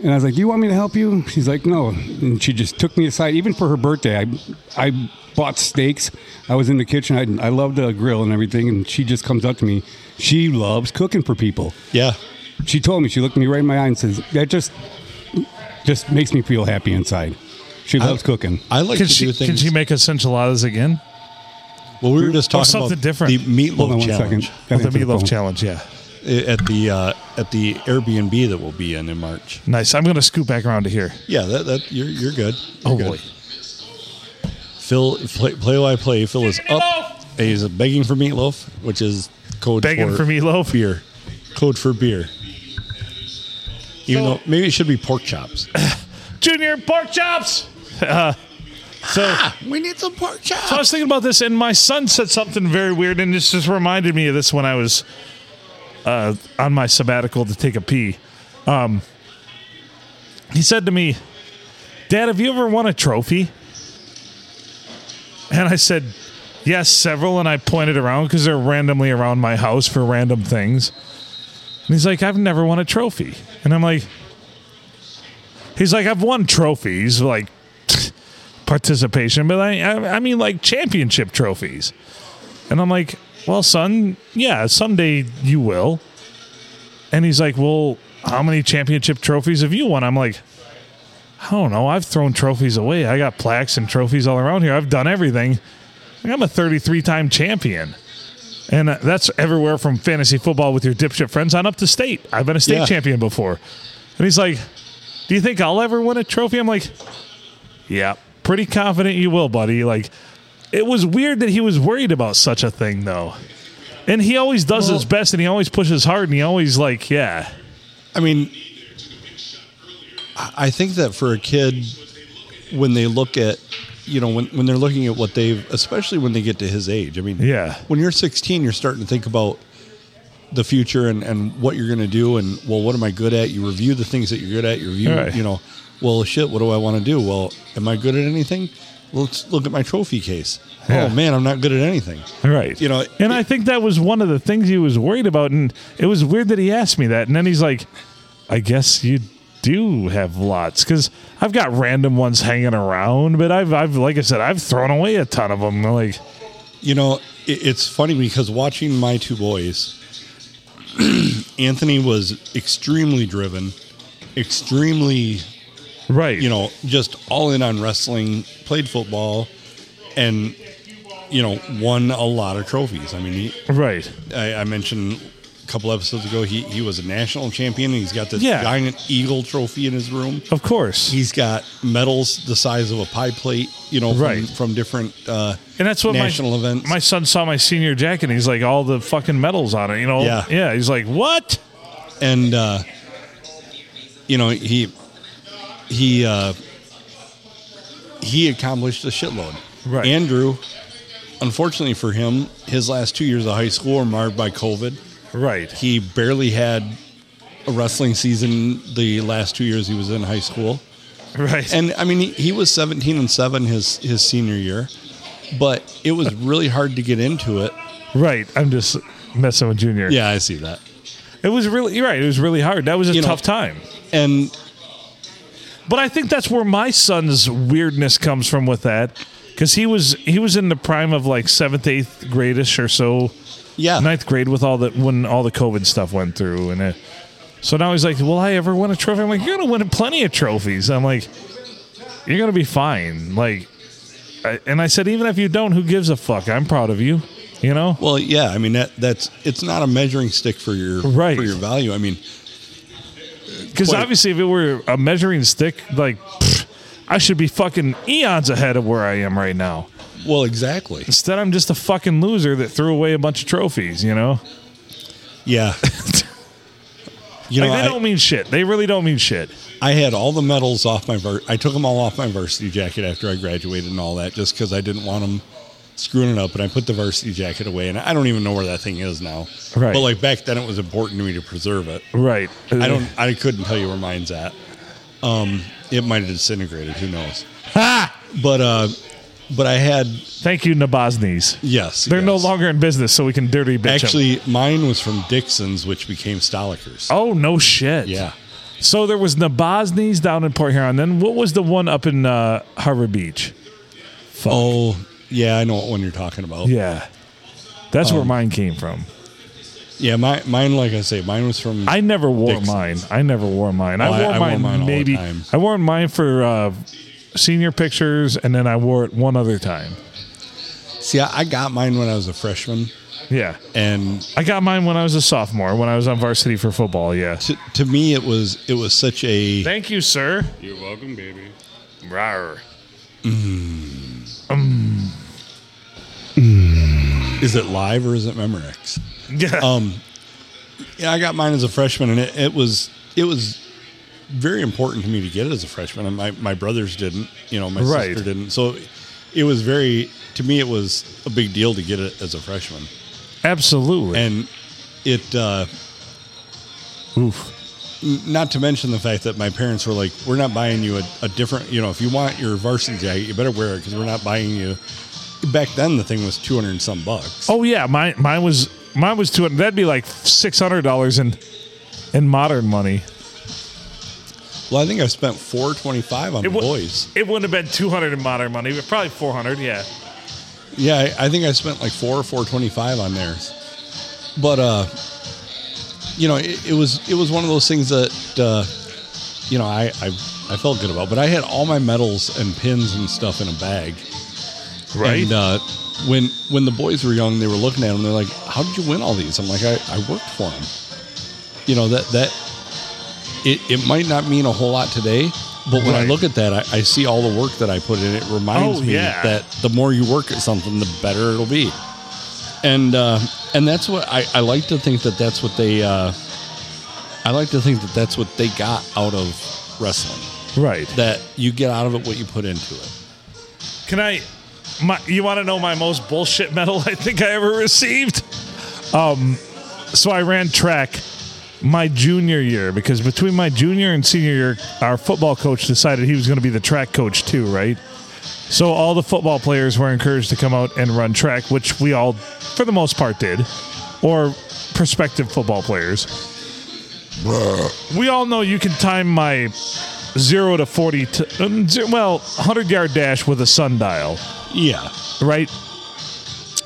Speaker 5: And I was like, "Do you want me to help you?" She's like, "No." And she just took me aside. Even for her birthday, I I bought steaks. I was in the kitchen. I I love to grill and everything. And she just comes up to me. She loves cooking for people.
Speaker 1: Yeah.
Speaker 5: she told me she looked me right in my eye and says that just just makes me feel happy inside. She loves cooking.
Speaker 1: I like
Speaker 2: Can
Speaker 1: to
Speaker 2: she
Speaker 1: do things.
Speaker 2: can she make us enchiladas again?
Speaker 1: well, we were just
Speaker 2: Or
Speaker 1: talking
Speaker 2: something
Speaker 1: about the
Speaker 2: different.
Speaker 1: meatloaf
Speaker 5: Hold on one second.
Speaker 1: challenge
Speaker 5: Gotta
Speaker 2: the
Speaker 5: answer
Speaker 2: meatloaf
Speaker 5: phone.
Speaker 2: challenge, yeah.
Speaker 1: i- at the uh, at the Airbnb that we'll be in in March.
Speaker 2: Nice. I'm gonna scoot back around to here.
Speaker 1: Yeah, that, that you're you're good. You're
Speaker 2: Oh
Speaker 1: good.
Speaker 2: boy.
Speaker 1: Phil play play by play. Phil is up. He's begging for meatloaf, which is code
Speaker 2: Begging
Speaker 1: for,
Speaker 2: for meatloaf?
Speaker 1: beer. Code for beer. Even
Speaker 2: So-
Speaker 1: though maybe it should be pork chops.
Speaker 2: Junior pork chops. Uh, so
Speaker 1: we need some pork chops.
Speaker 2: I was thinking about this, and my son said something very weird, and this just reminded me of this when I was uh, on my sabbatical to take a pee. Um, he said to me, "Dad, have you ever won a trophy?" And I said, "Yes, several." And I pointed around because they're randomly around my house for random things. And he's like, "I've never won a trophy," and I'm like, "He's like, I've won trophies, like." participation, but I, I, I mean like championship trophies. And I'm like, well, son, yeah, someday you will. And he's like, well, how many championship trophies have you won? I'm like, I don't know. I've thrown trophies away. I got plaques and trophies all around here. I've done everything. Like, I'm a 33 time champion. And uh, that's everywhere from fantasy football with your dipshit friends on up to state. I've been a state
Speaker 1: Yeah.
Speaker 2: champion before. And he's like, Do you think I'll ever win a trophy? I'm like, yeah. Pretty confident you will, buddy. Like, it was weird that he was worried about such a thing, though. And he always does his best and he always pushes hard and he always, like, yeah.
Speaker 1: I mean, I I think that for a kid, when they look at, you know, when, when they're looking at what they've, especially when they get to his age, I mean,
Speaker 2: Yeah.
Speaker 1: when you're 16, you're starting to think about the future and, and what you're going to do and, well, what am I good at? You review the things that you're good at. You review,
Speaker 2: Right.
Speaker 1: you know, well, shit, what do I want to do? Well, am I good at anything? Let's look at my trophy case.
Speaker 2: Yeah.
Speaker 1: Oh, man, I'm not good at anything.
Speaker 2: Right.
Speaker 1: You know,
Speaker 2: and
Speaker 1: it-
Speaker 2: I think that was one of the things he was worried about. And it was weird that he asked me that. And then he's like, I guess you do have lots because I've got random ones hanging around, but I've, I've, like I said, I've thrown away a ton of them. Like,
Speaker 1: You know, it, it's funny because watching my two boys, [clears throat] Anthony was extremely driven, extremely,
Speaker 2: right.
Speaker 1: you know, just all in on wrestling, played football, and, you know, won a lot of trophies. I mean, he,
Speaker 2: right.
Speaker 1: I, I mentioned a couple episodes ago, he, he was a national champion and he's got this
Speaker 2: Yeah.
Speaker 1: giant eagle trophy in his room.
Speaker 2: Of course.
Speaker 1: He's got medals the size of a pie plate, you know, from,
Speaker 2: Right.
Speaker 1: from different uh,
Speaker 2: And that's what
Speaker 1: national
Speaker 2: my,
Speaker 1: events.
Speaker 2: My son saw my senior jacket. and He's like, all the fucking medals on it. You know?
Speaker 1: Yeah.
Speaker 2: Yeah. He's like, what?
Speaker 1: and uh, you know he he uh, he accomplished a shitload.
Speaker 2: Right.
Speaker 1: Andrew, unfortunately for him, his last two years of high school were marred by COVID.
Speaker 2: Right.
Speaker 1: He barely had a wrestling season the last two years he was in high school.
Speaker 2: Right.
Speaker 1: And I mean, he, he was 17 and seven his his senior year, but it was really hard to get into it.
Speaker 2: right. I'm just messing with Junior.
Speaker 1: Yeah, I see that.
Speaker 2: It was really, you're right. It was really hard. That was a
Speaker 1: You know-
Speaker 2: tough time.
Speaker 1: And
Speaker 2: But I think that's where my son's weirdness comes from with that. Cause he was, he was in the prime of like seventh, eighth gradish or so.
Speaker 1: yeah,
Speaker 2: ninth grade with all the when all the COVID stuff went through, and it, so now he's like, "Will I ever win a trophy?" I'm like, "You're gonna win plenty of trophies." I'm like, "You're gonna be fine." Like, I, and I said, "Even if you don't, who gives a fuck? I'm proud of you." You know,
Speaker 1: Well, yeah, I mean that that's it's not a measuring stick for your
Speaker 2: Right.
Speaker 1: for your value. I mean,
Speaker 2: because
Speaker 1: quite-
Speaker 2: obviously, if it were a measuring stick, like. pfft, I should be fucking eons ahead of where I am right now.
Speaker 1: well, exactly.
Speaker 2: Instead, I'm just a fucking loser that threw away a bunch of trophies, you know? [laughs]
Speaker 1: Yeah. You know,
Speaker 2: like, they
Speaker 1: I,
Speaker 2: don't mean shit. They really don't mean shit.
Speaker 1: I had all the medals off my ver- I took them all off my varsity jacket after I graduated and all that, just because I didn't want them screwing it up. And I put the varsity jacket away, and I don't even know where that thing is now.
Speaker 2: Right.
Speaker 1: But like back then, it was important to me to preserve it.
Speaker 2: Right.
Speaker 1: I don't. I couldn't tell you where mine's at. Um, it might have disintegrated. Who knows?
Speaker 2: Ha!
Speaker 1: But uh, but I had
Speaker 2: [laughs] Thank you, Nabosnies.
Speaker 1: yes.
Speaker 2: They're no
Speaker 1: yes.
Speaker 2: longer in business, so we can dirty bitch 'em.
Speaker 1: Actually, mine was from Dixon's, which became Stolliker's.
Speaker 2: Oh no shit.
Speaker 1: Yeah.
Speaker 2: So there was Nabosni's down in Port Huron. Then what was the one up in uh, Harbor Beach?
Speaker 1: Oh, yeah, I know what one you're talking about. Um,
Speaker 2: Yeah, that's where mine came from.
Speaker 1: Yeah, my, mine, like I say, mine was from.
Speaker 2: I never wore
Speaker 1: Dixon's.
Speaker 2: mine. I never wore mine.
Speaker 1: Oh,
Speaker 2: I
Speaker 1: I-
Speaker 2: wore
Speaker 1: I wore
Speaker 2: mine,
Speaker 1: mine all the
Speaker 2: maybe.
Speaker 1: time.
Speaker 2: I wore mine for uh, senior pictures, and then I wore it one other time.
Speaker 1: See, I, I got mine when I was a freshman,
Speaker 2: Yeah,
Speaker 1: and
Speaker 2: I got mine when I was a sophomore, when I was on varsity for football. Yeah.
Speaker 1: to, to me, it was it was such a.
Speaker 2: Thank you, sir.
Speaker 5: You're welcome, baby.
Speaker 2: Rawr. [laughs]
Speaker 1: Is it live or is it Memorex?
Speaker 2: Yeah.
Speaker 1: Um, yeah, I got mine as a freshman, and it, it was it was very important to me to get it as a freshman. And my my brothers didn't, you know, my
Speaker 2: Right.
Speaker 1: sister didn't, so it was very to me it was a big deal to get it as a freshman,
Speaker 2: Absolutely.
Speaker 1: and it. Uh,
Speaker 2: Oof.
Speaker 1: not to mention the fact that my parents were like, "We're not buying you a, a different. You know, if you want your varsity jacket, you better wear it because we're not buying you." Back then, the thing was two hundred and some bucks.
Speaker 2: Oh yeah, mine mine was mine was two hundred. That'd be like six hundred dollars in in modern money.
Speaker 1: Well, I think I spent four twenty five on the
Speaker 2: wou-
Speaker 1: boys.
Speaker 2: It wouldn't have been two hundred in modern money, but probably four hundred. Yeah.
Speaker 1: Yeah, I, I think I spent like four or four twenty five on theirs. But uh, you know, it, it was it was one of those things that uh, you know I, I I felt good about. But I had all my medals and pins and stuff in a bag.
Speaker 2: Right.
Speaker 1: And uh, when when the boys were young, they were looking at them. They're like, "How did you win all these?" I'm like, "I, I worked for them." You know that that it, it might not mean a whole lot today, but when I
Speaker 2: Right.
Speaker 1: look at that, I, I see all the work that I put in. It reminds
Speaker 2: Oh,
Speaker 1: me
Speaker 2: yeah.
Speaker 1: that the more you work at something, the better it'll be. And uh, and that's what I, I like to think that that's what they uh, I like to think that that's what they got out of wrestling.
Speaker 2: right.
Speaker 1: That you get out of it what you put into it.
Speaker 2: Can I? My, you want to know my most bullshit medal I think I ever received? Um, so I ran track my junior year because between my junior and senior year, our football coach decided he was going to be the track coach too, right? So all the football players were encouraged to come out and run track, which we all, for the most part, did, or prospective football players. We all know you can time my zero to 40, t- um, zero, well, 100 yard dash with a sundial
Speaker 1: Yeah.
Speaker 2: right?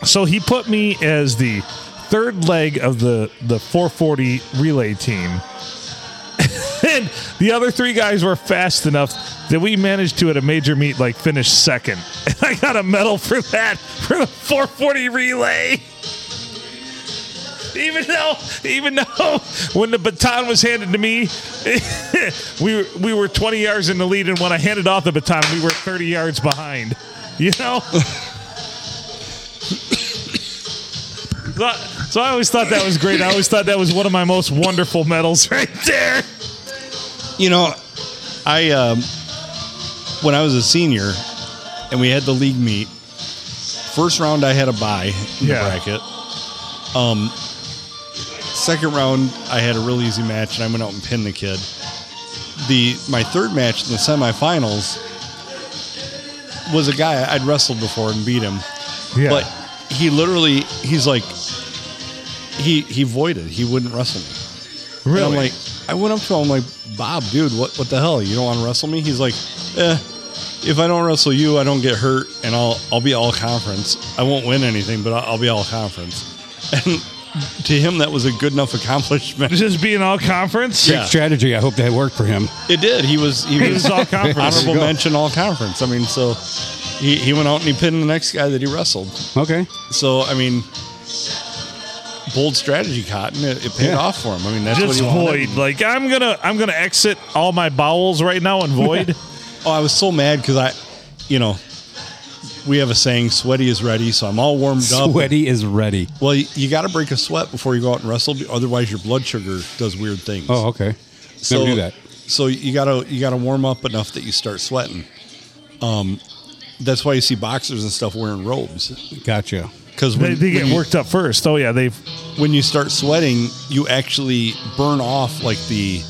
Speaker 2: So he put me as the third leg of the the 440 relay team. [laughs] and the other three guys were fast enough that we managed to at a major meet like finish second. [laughs] And I got a medal for that for the 440 relay. Even though, even though, when the baton was handed to me, [laughs] we were, we were 20 yards in the lead, and when I handed off the baton, we were 30 yards behind. You know, So, so I always thought that was great. I always thought that was one of my most wonderful medals [laughs] right there.
Speaker 1: You know, I um, when I was a senior and we had the league meet, first round I had a bye in
Speaker 2: Yeah.
Speaker 1: the bracket. Um, second round I had a real easy match and I went out and pinned the kid. The my third match in the semifinals was a guy I'd wrestled before and beat him.
Speaker 2: Yeah.
Speaker 1: But he literally he's like he he voided. He wouldn't wrestle me.
Speaker 2: really?
Speaker 1: And I'm like, I went up to him, I'm like, Bob, dude, what, what the hell? You don't want to wrestle me? He's like, eh, if I don't wrestle you, I don't get hurt, and I'll I'll be all conference. I won't win anything, but I'll, I'll be all conference. [laughs] And to him, that was a good enough accomplishment. [laughs]
Speaker 2: just being all conference.
Speaker 1: Yeah.
Speaker 5: Strategy. I hope that worked for him.
Speaker 1: It did. He was he
Speaker 2: He
Speaker 1: was
Speaker 2: was all conference.
Speaker 1: honorable
Speaker 5: There you go.
Speaker 1: mention all conference. I mean, so he, he went out and he pinned the next guy that he wrestled.
Speaker 5: Okay.
Speaker 1: So I mean, bold strategy, Cotton. It, it paid
Speaker 5: Yeah.
Speaker 1: off for him. I mean, that's
Speaker 2: just
Speaker 1: what he wanted.
Speaker 2: void. Like I'm gonna, I'm gonna exit all my bowels right now and void.
Speaker 1: Oh, I was so mad because I, you know, we have a saying, sweaty is ready. So I'm all warmed up.
Speaker 5: Sweaty is ready.
Speaker 1: Well, you, you got to break a sweat before you go out and wrestle. Otherwise, your blood sugar does weird things.
Speaker 5: Oh, okay.
Speaker 1: so,
Speaker 5: Never do that.
Speaker 1: So you gotta you gotta warm up enough that you start sweating. Um, that's why you see boxers and stuff wearing robes
Speaker 5: Gotcha.
Speaker 1: because [laughs]
Speaker 2: they,
Speaker 1: when,
Speaker 2: they
Speaker 1: when
Speaker 2: get
Speaker 1: you-
Speaker 2: worked up first. Oh yeah, they've.
Speaker 1: when you start sweating, you actually burn off like the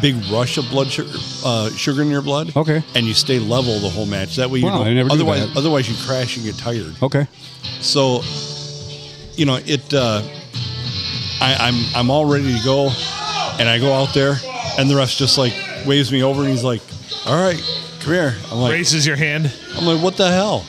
Speaker 1: big rush of blood sugar, uh, sugar in your blood.
Speaker 5: Okay.
Speaker 1: and you stay level the whole match. That way, you
Speaker 5: Wow,
Speaker 1: don't.
Speaker 5: I never knew
Speaker 1: otherwise,
Speaker 5: that.
Speaker 1: otherwise you crash and get tired.
Speaker 5: Okay.
Speaker 1: So, you know, it. Uh, I, I'm I'm all ready to go, and I go out there, and the ref's just like waves me over, and he's like, "All right, come here." I'm like,
Speaker 2: Raises your hand.
Speaker 1: I'm like, "What the hell?"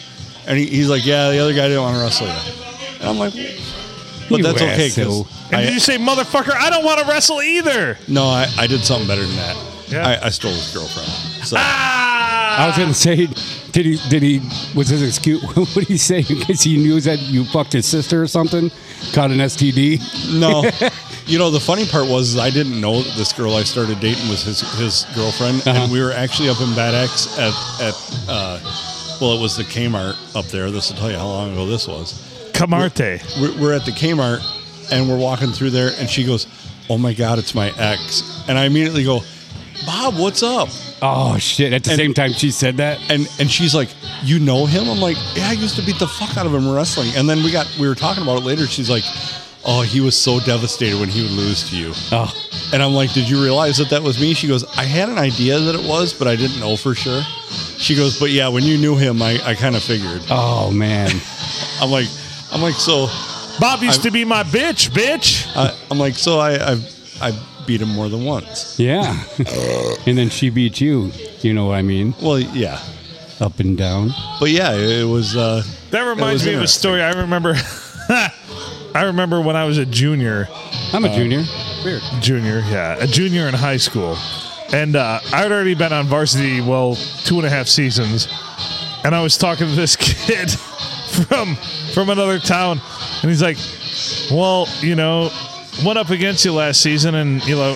Speaker 1: And he, he's like, "Yeah, the other guy didn't want to wrestle you." And I'm like, But
Speaker 5: You
Speaker 1: that's okay. 'cause
Speaker 5: asshole.
Speaker 2: And
Speaker 1: I-
Speaker 2: did you say, motherfucker, I don't want to wrestle either?
Speaker 1: no, I, I did something better than that.
Speaker 2: Yeah.
Speaker 1: I, I stole his girlfriend. So
Speaker 2: Ah!
Speaker 5: I was gonna say, did he? Did he? Was his excuse? [laughs] What did he say? Because he knew that you fucked his sister or something, caught an STD.
Speaker 1: no, you know the funny part was is I didn't know that this girl I started dating was his his girlfriend,
Speaker 5: Uh-huh.
Speaker 1: and we were actually up in Bad X at at uh, well, it was the Kmart up there. This will tell you how long ago this was.
Speaker 2: Camarte.
Speaker 1: we're, we're at the Kmart and we're walking through there, and she goes, "Oh my God, it's my ex!" And I immediately go, "Bob, what's up?"
Speaker 5: Oh shit! At the
Speaker 1: And-
Speaker 5: same time, she said that.
Speaker 1: And and she's like, "You know him?" I'm like, "Yeah, I used to beat the fuck out of him in wrestling." And then we got we were talking about it later. She's like, "Oh, he was so devastated when he would lose to you."
Speaker 5: Oh,
Speaker 1: And I'm like, "Did you realize that that was me?" She goes, "I had an idea that it was, but I didn't know for sure." She goes, "But yeah, when you knew him, I, I kind of figured."
Speaker 5: oh man.
Speaker 1: I'm like, I'm like, so
Speaker 2: Bob used to be my bitch, bitch.
Speaker 1: I, I'm like, so I I, I beat him more than once.
Speaker 5: Yeah. [laughs] and then she beat you. You know what I mean?
Speaker 1: Well, yeah,
Speaker 5: Up and down.
Speaker 1: but yeah, it was. Uh,
Speaker 2: That reminds
Speaker 1: was
Speaker 2: me of a
Speaker 1: interesting.
Speaker 2: story I remember. [laughs] I remember when I was a junior.
Speaker 5: I'm a junior. Uh, Weird.
Speaker 2: junior, yeah, a junior in high school, and uh, I'd already been on varsity well two and a half seasons, and I was talking to this [laughs] kid from from another town, and he's like, "Well, you know, went up against you last season, and you know,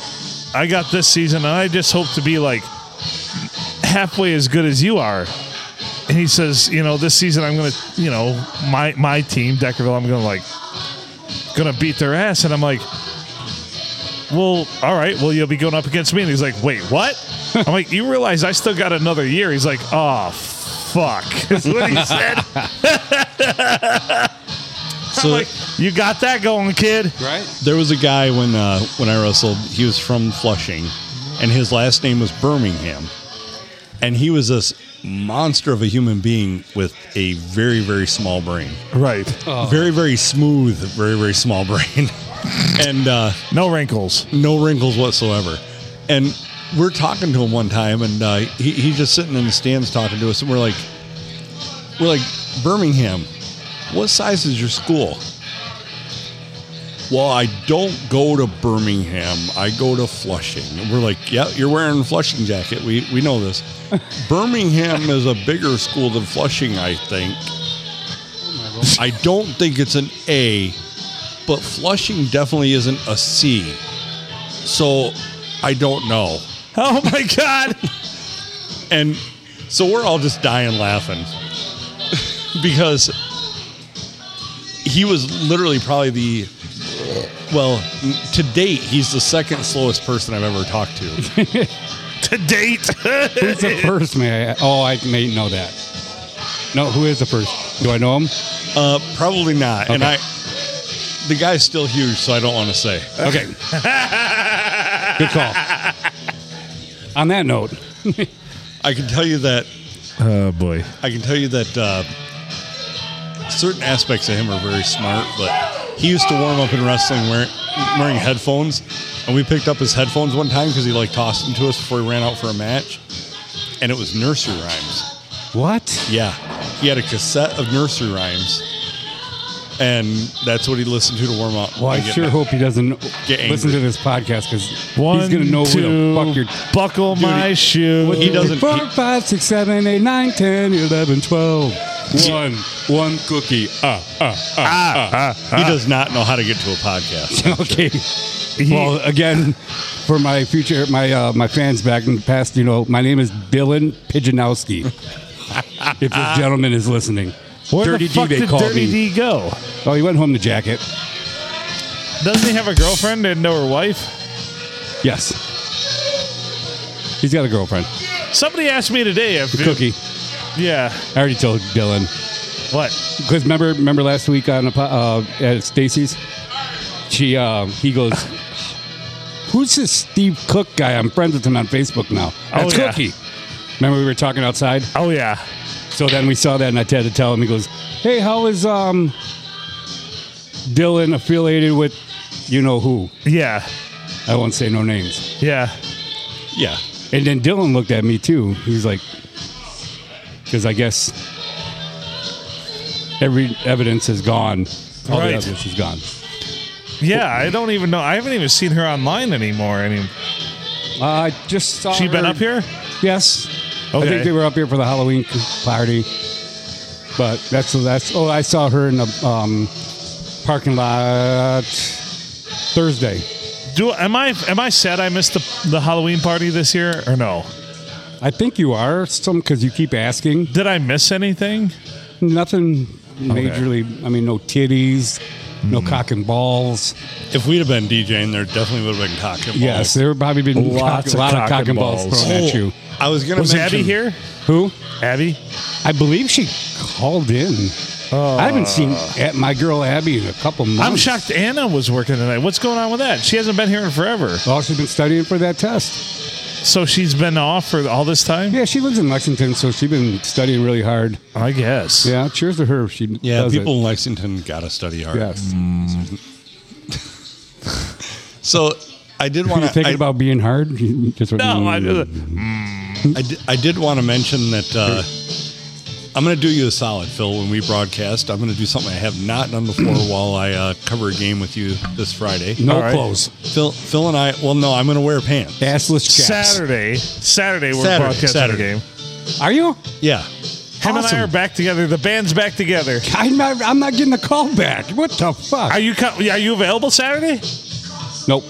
Speaker 2: I got this season, and I just hope to be like halfway as good as you are." And he says, "You know, this season I'm gonna, you know, my my team, Deckerville, I'm gonna like." Gonna beat their ass, and I'm like, well, all right. Well, you'll be going up against me. And he's like, wait, what? I'm like, you realize I still got another year. He's like, oh, fuck. [laughs] Is what he said. I'm
Speaker 1: so
Speaker 2: like, you got that going, kid.
Speaker 5: Right?
Speaker 1: there was a guy when uh, when I wrestled. He was from Flushing, and his last name was Birmingham, and he was this monster of a human being with a very very small brain,
Speaker 2: Right.
Speaker 1: very very smooth, very very small [laughs] brain, and. Uh,
Speaker 2: No
Speaker 5: [laughs]
Speaker 2: wrinkles.
Speaker 1: no wrinkles whatsoever. And we're talking to him one time, and uh, he, he's just sitting in the stands talking to us, and we're like, we're like, Birmingham, what size is your school? Well, I don't go to Birmingham. I go to Flushing. And we're like, yeah, you're wearing a Flushing jacket. We we know this. Birmingham is a bigger school than Flushing, I think. I don't think it's an A, but Flushing definitely isn't a C. So I don't know.
Speaker 2: Oh, my God.
Speaker 1: And so we're all just dying laughing because he was literally probably the well n- to date he's the second slowest person I've ever talked
Speaker 2: [laughs]
Speaker 1: to.
Speaker 2: to date.
Speaker 5: Who's the first man? Oh, I may know that. No, who is the first? Do I know him?
Speaker 1: Uh, probably not. And
Speaker 5: Okay.
Speaker 1: I the guy's still huge, so I don't want to say.
Speaker 5: [laughs] Okay. Good call. On that note,
Speaker 1: I can tell you that
Speaker 2: [laughs] oh, boy.
Speaker 1: I can tell you that uh, certain aspects of him are very smart, but he used to warm up in wrestling wearing, wearing headphones, and we picked up his headphones one time because he like tossed them to us before he ran out for a match, and it was nursery rhymes.
Speaker 5: what?
Speaker 1: Yeah, he had a cassette of nursery rhymes, and that's what he listened to to warm up.
Speaker 5: Well, I
Speaker 1: and get
Speaker 5: sure
Speaker 1: ma-
Speaker 5: hope he doesn't
Speaker 1: Get angry.
Speaker 5: listen to this podcast because
Speaker 2: One,
Speaker 5: he's going to know
Speaker 2: two,
Speaker 5: who the fuck you're
Speaker 2: buckle my shoe.
Speaker 1: He doesn't-
Speaker 5: Four,
Speaker 1: he-
Speaker 5: five, six, seven, eight, nine, 10, 11, 12. One, one cookie. Ah, ah, ah.
Speaker 1: He does not know how to get to a podcast. [laughs]
Speaker 5: [laughs] Okay.
Speaker 2: He-
Speaker 5: well, again, for my future, my uh, my fans back in the past, you know, my name is Dylan [laughs] Pijanowski. if this gentleman is listening,
Speaker 2: Where
Speaker 5: Dirty
Speaker 2: the
Speaker 5: D,
Speaker 2: fuck
Speaker 5: they
Speaker 2: did
Speaker 5: called
Speaker 2: Dirty
Speaker 5: me.
Speaker 2: D go?
Speaker 5: oh, he went home to jacket.
Speaker 2: Doesn't he have a girlfriend and know her wife?
Speaker 5: Yes, he's got a girlfriend.
Speaker 2: Somebody asked me today if
Speaker 5: The cookie.
Speaker 2: yeah,
Speaker 5: I already told Dylan.
Speaker 2: what?
Speaker 5: Because remember, remember last week on a po- uh, at Stacy's, she uh, he goes, "Who's this Steve Cook guy? I'm friends with him on Facebook now.
Speaker 2: Oh,
Speaker 5: That's
Speaker 2: yeah.
Speaker 5: Cookie." Remember we were talking outside,
Speaker 2: Oh yeah,
Speaker 5: so then we saw that, and I had to tell him. He goes, "Hey, how is um Dylan affiliated with you know who?
Speaker 2: yeah,
Speaker 5: I won't say no names."
Speaker 2: yeah.
Speaker 1: yeah,
Speaker 5: And then Dylan looked at me too. He's like, "Because I guess." Every evidence is gone. All
Speaker 2: Right.
Speaker 5: the evidence is gone.
Speaker 2: Yeah, I don't even know. I haven't even seen her online anymore. I mean,
Speaker 5: I just saw
Speaker 2: she been
Speaker 5: her-
Speaker 2: up here?
Speaker 5: Yes. I
Speaker 2: Okay.
Speaker 5: think they were up here for the Halloween party. But that's that's. Oh, I saw her in the um, parking lot Thursday.
Speaker 2: Do am I am I sad I missed the the Halloween party this year or no?
Speaker 5: I think you are some because you keep asking.
Speaker 2: Did I miss anything?
Speaker 5: Nothing majorly. I mean, no titties,
Speaker 2: Mm.
Speaker 5: no cock and balls.
Speaker 6: If we'd have been DJing, there definitely would have been cock and balls.
Speaker 5: Yes, there would probably been
Speaker 6: Lots
Speaker 5: cock- a
Speaker 6: of
Speaker 5: lot
Speaker 6: cock
Speaker 5: of cock
Speaker 6: and
Speaker 5: and, balls,
Speaker 6: balls.
Speaker 5: thrown at you.
Speaker 1: Oh, I was gonna
Speaker 2: Was
Speaker 1: mention
Speaker 2: Abby here? Oh.
Speaker 5: Who?
Speaker 2: Abby?
Speaker 5: I believe she called in. I haven't seen at my girl Abby in a couple months.
Speaker 2: I'm shocked Anna was working tonight. What's going on with that? She hasn't been here in forever.
Speaker 5: Well, Oh, she's been studying for that test.
Speaker 2: So she's been off for all this time?
Speaker 5: Yeah, she lives in Lexington, so she's been studying really hard.
Speaker 2: I guess.
Speaker 5: Yeah, cheers to her. if She
Speaker 6: Yeah,
Speaker 5: does it.
Speaker 6: people in Lexington gotta study hard.
Speaker 5: Yes,
Speaker 6: So I did
Speaker 5: If
Speaker 6: want
Speaker 5: you're
Speaker 6: to.
Speaker 5: thinking
Speaker 6: I,
Speaker 5: about being hard. you Just went,
Speaker 2: No, I, uh,
Speaker 5: mm.
Speaker 6: I di- I did want to mention that uh, I'm going to do you a solid, Phil. When we broadcast, I'm going to do something I have not done [clears throat] before. while I uh, cover a game with you this Friday,
Speaker 5: no
Speaker 2: All right.
Speaker 5: clothes,
Speaker 6: Phil, Phil and I. Well, no, I'm going to wear pants.
Speaker 5: assless chaps.
Speaker 2: Saturday. Saturday we're
Speaker 6: Mm. Saturday,
Speaker 2: broadcasting
Speaker 6: Saturday.
Speaker 2: the game.
Speaker 5: Are you?
Speaker 6: Yeah,
Speaker 2: Him and I
Speaker 5: Awesome.
Speaker 2: are back together. The band's back together.
Speaker 5: I'm not. I'm not getting a call back. What the fuck?
Speaker 2: Are you co- are you available Saturday?
Speaker 5: nope.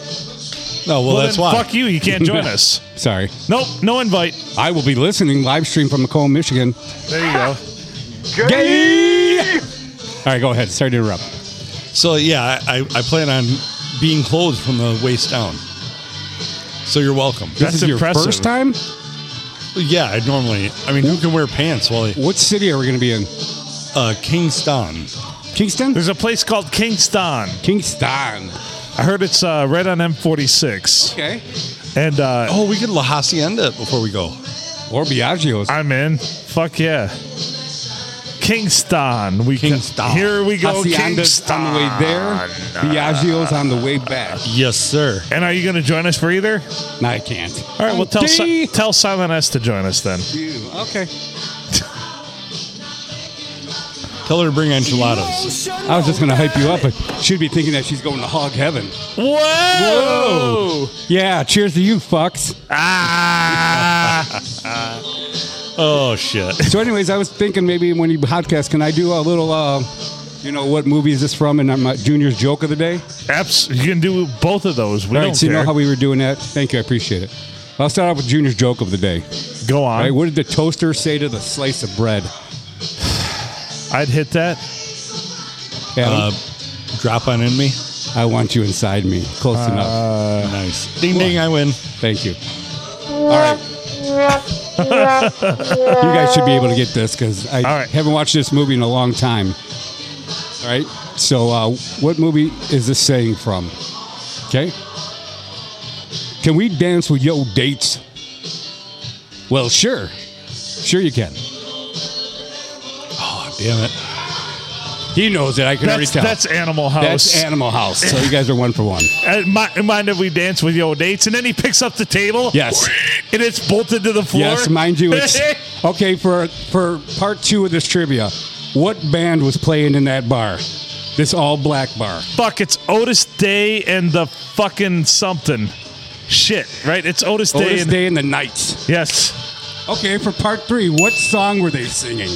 Speaker 6: no. Well, that's
Speaker 2: then
Speaker 6: why.
Speaker 2: Fuck you. You can't
Speaker 6: [laughs]
Speaker 2: join us.
Speaker 5: Sorry.
Speaker 2: Nope. No invite.
Speaker 5: I will be listening live stream from Macomb, Michigan.
Speaker 2: There you go.
Speaker 5: Gay! All right, go ahead. Sorry to interrupt.
Speaker 6: So yeah, I, I plan on being clothed from the waist down. So you're welcome.
Speaker 5: This
Speaker 2: That's
Speaker 5: is your
Speaker 2: impressive.
Speaker 5: first time.
Speaker 6: Yeah, I normally. I mean, who can wear pants while
Speaker 5: What city are we going to be in?
Speaker 6: uh, Kingston?
Speaker 5: Kingston.
Speaker 2: There's a place called Kingston.
Speaker 5: Kingston.
Speaker 2: I heard it's uh, right on M46,
Speaker 5: Okay.
Speaker 2: and uh,
Speaker 6: Oh, we could La Hacienda it before we go.
Speaker 5: Or Biagio's.
Speaker 2: I'm in. Fuck yeah. Kingston. We ca-
Speaker 6: Kingston.
Speaker 2: here we go.
Speaker 5: Hacienda's
Speaker 2: Kingston.
Speaker 5: on the way there. Biagio's on the way back.
Speaker 6: Yes, sir.
Speaker 2: And are you going to join us for either?
Speaker 5: No, I can't.
Speaker 2: All right. Well, tell
Speaker 5: Okay.
Speaker 2: si- tell Silent S to join us then.
Speaker 5: You. Okay.
Speaker 6: Tell her to bring enchiladas.
Speaker 5: I was just going to hype you up, but she'd be thinking that she's going to hog heaven.
Speaker 2: Whoa!
Speaker 5: Yeah, cheers to you, fucks.
Speaker 2: Ah!
Speaker 6: Oh shit.
Speaker 5: So, anyways, I was thinking maybe when you podcast, can I do a little, uh, you know, what movie is this from? And my junior's joke of the day.
Speaker 2: Abs- you can do both of those. We
Speaker 5: All
Speaker 2: don't
Speaker 5: right, so you
Speaker 2: care.
Speaker 5: know how we were doing that? Thank you, I appreciate it. I'll start off with Junior's joke of the day.
Speaker 2: go
Speaker 5: All
Speaker 2: on.
Speaker 5: right, what did the toaster say to the slice of bread?
Speaker 2: I'd hit that.
Speaker 5: Adam,
Speaker 6: Uh, drop on in me.
Speaker 5: I want you inside me. Close enough.
Speaker 6: nice. Ding ding, I win.
Speaker 5: Thank you. All right. [laughs] you guys should be able to get this because I
Speaker 2: All right.
Speaker 5: haven't watched this movie in a long time. All right. So, uh, what movie is this saying from? Okay. Can we dance with yo dates? Well, sure. Sure, you can.
Speaker 6: Oh damn it.
Speaker 5: He knows it. I can
Speaker 2: That's,
Speaker 5: already tell.
Speaker 2: that's Animal House.
Speaker 5: That's Animal House. So, you guys are one for one.
Speaker 2: Uh, mi- mind if we dance with your dates? And then he picks up the table.
Speaker 5: Yes.
Speaker 2: And it's bolted to the floor.
Speaker 5: Yes, mind you, it's okay for for part two of this trivia. What band was playing in that bar? This all black bar.
Speaker 2: [laughs] Fuck, it's Otis Day and the fucking something. Shit, right? It's Otis, Day
Speaker 5: Otis
Speaker 2: and.
Speaker 5: Oh, Day and the Knights.
Speaker 2: Yes.
Speaker 5: Okay, for part three, what song were they singing?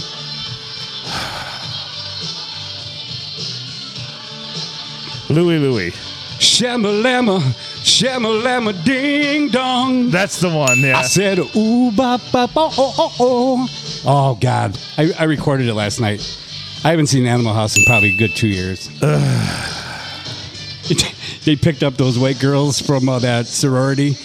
Speaker 2: Louie Louie.
Speaker 5: Shamalama, shamalama, ding dong.
Speaker 2: That's the one,
Speaker 5: I
Speaker 2: yeah.
Speaker 5: said, ooh, ba, ba, ba, oh, oh, oh. Oh, God. I, I recorded it last night. I haven't seen Animal House in probably a good two years. [laughs] they picked up those white girls from uh, that sorority.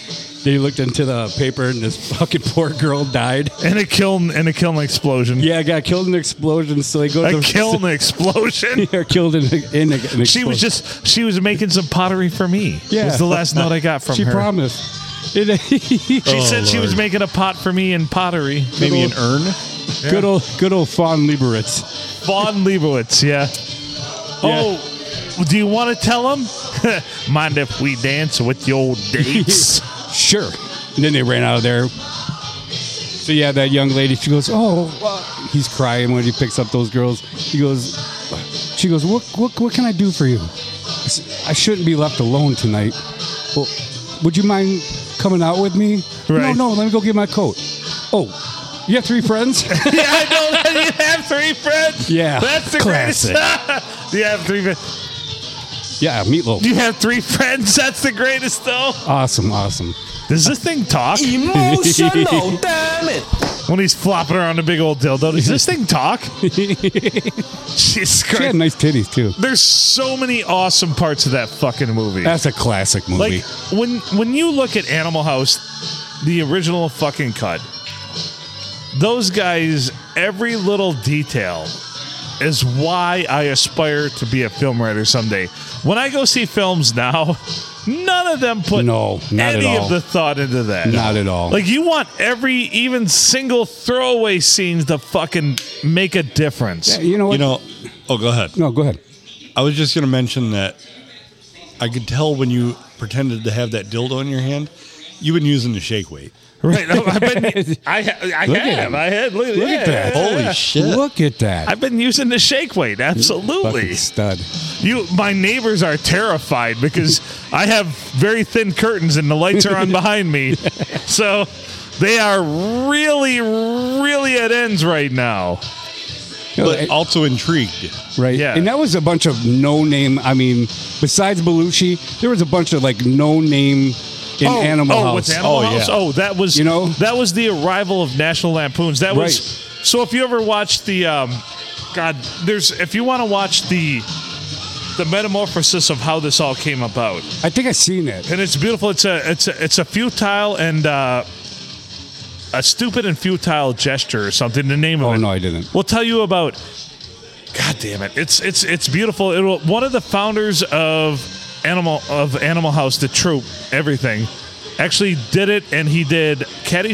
Speaker 5: They looked into the paper and this [laughs] fucking poor girl died.
Speaker 2: And a kiln and a kiln explosion.
Speaker 5: Yeah, got killed in an explosion. So they go to
Speaker 2: A
Speaker 5: the
Speaker 2: kiln explosion.
Speaker 5: [laughs] Yeah, killed in, a- in a- an explosion.
Speaker 2: She was just she was making some pottery for me.
Speaker 5: Yeah.
Speaker 2: Was the last note I got from
Speaker 5: She Oh,
Speaker 2: her.
Speaker 5: promised. [laughs] And-
Speaker 2: she said she
Speaker 6: Lord.
Speaker 2: was making a pot for me in pottery.
Speaker 6: Oh, Maybe an urn.
Speaker 5: Good old, good old Fawn Liberitz.
Speaker 2: Vaughn Leibowitz, yeah.
Speaker 5: Yeah.
Speaker 2: Oh, do you want to tell him? [laughs] Mind if we dance with your dates? [laughs]
Speaker 5: Sure. And then they ran out of there. So yeah, that young lady, she goes, "Oh," uh," he's crying when he picks up those girls. He goes, "She goes, what, what, what can I do for you?" I said, I shouldn't be left alone tonight. Well, would you mind coming out with me?
Speaker 2: Right.
Speaker 5: No, no, let me go get my coat. Oh, you have three friends? [laughs]
Speaker 2: yeah, I know [laughs] that you have three friends.
Speaker 5: Yeah,
Speaker 2: that's the [laughs]
Speaker 5: classic.
Speaker 2: greatest. you have three. fri-
Speaker 5: yeah, meatloaf.
Speaker 2: You have three friends. [laughs] That's the greatest, though.
Speaker 5: Awesome, awesome.
Speaker 2: Does this thing talk?
Speaker 7: Emotional, damn it.
Speaker 2: When he's flopping around a big old dildo, does this thing talk? Jesus
Speaker 5: She had
Speaker 2: Christ!
Speaker 5: nice titties too.
Speaker 2: There's so many awesome parts of that fucking movie.
Speaker 5: That's a classic movie.
Speaker 2: Like when when you look at Animal House, the original fucking cut, those guys, every little detail is why I aspire to be a film writer someday. When I go see films now, none of them put
Speaker 5: No, not at
Speaker 2: any
Speaker 5: all.
Speaker 2: of the thought into that.
Speaker 5: Not at all.
Speaker 2: Like you want every even single throwaway scenes to fucking make a difference.
Speaker 5: you know what?
Speaker 6: You know, oh, go ahead.
Speaker 5: no, go ahead.
Speaker 6: I was just going to mention that I could tell when you pretended to have that dildo in your hand, you've been using the shake weight.
Speaker 5: [laughs]
Speaker 2: Right. I've been, I, I
Speaker 5: Look at
Speaker 2: have.
Speaker 5: him.
Speaker 2: I had. Look,
Speaker 5: Look at that.
Speaker 6: Holy shit.
Speaker 5: Look at that.
Speaker 2: I've been using the shake weight.
Speaker 5: Fucking
Speaker 2: Absolutely.
Speaker 5: stud.
Speaker 2: You, my neighbors are terrified because I have very thin curtains and the lights
Speaker 5: [laughs]
Speaker 2: are on behind me. So they are really, really at ends right now.
Speaker 5: You know,
Speaker 6: But
Speaker 5: it-
Speaker 6: also intrigued.
Speaker 5: right?
Speaker 2: uh, yeah.
Speaker 5: And that was a bunch of no name. I mean, besides Belushi, there was a bunch of like no name in
Speaker 2: oh,
Speaker 5: Animal
Speaker 2: oh,
Speaker 5: House.
Speaker 2: what's Animal
Speaker 5: oh,
Speaker 2: House?
Speaker 5: yeah.
Speaker 2: Oh, that was
Speaker 5: You know?
Speaker 2: that was the arrival of National Lampoons. That was
Speaker 5: Right.
Speaker 2: so. If you ever watched the, um, God, there's if you want to watch the the metamorphosis of how this all came about.
Speaker 5: I think I've seen that.
Speaker 2: and it's beautiful. It's a it's a, it's a futile and uh, a stupid and futile gesture or something. The name of
Speaker 5: Oh,
Speaker 2: it.
Speaker 5: no, I didn't.
Speaker 2: We'll tell you about. God damn it! It's it's it's beautiful. It will, one of the founders of Animal of Animal House, the troop, everything, actually did it, and he did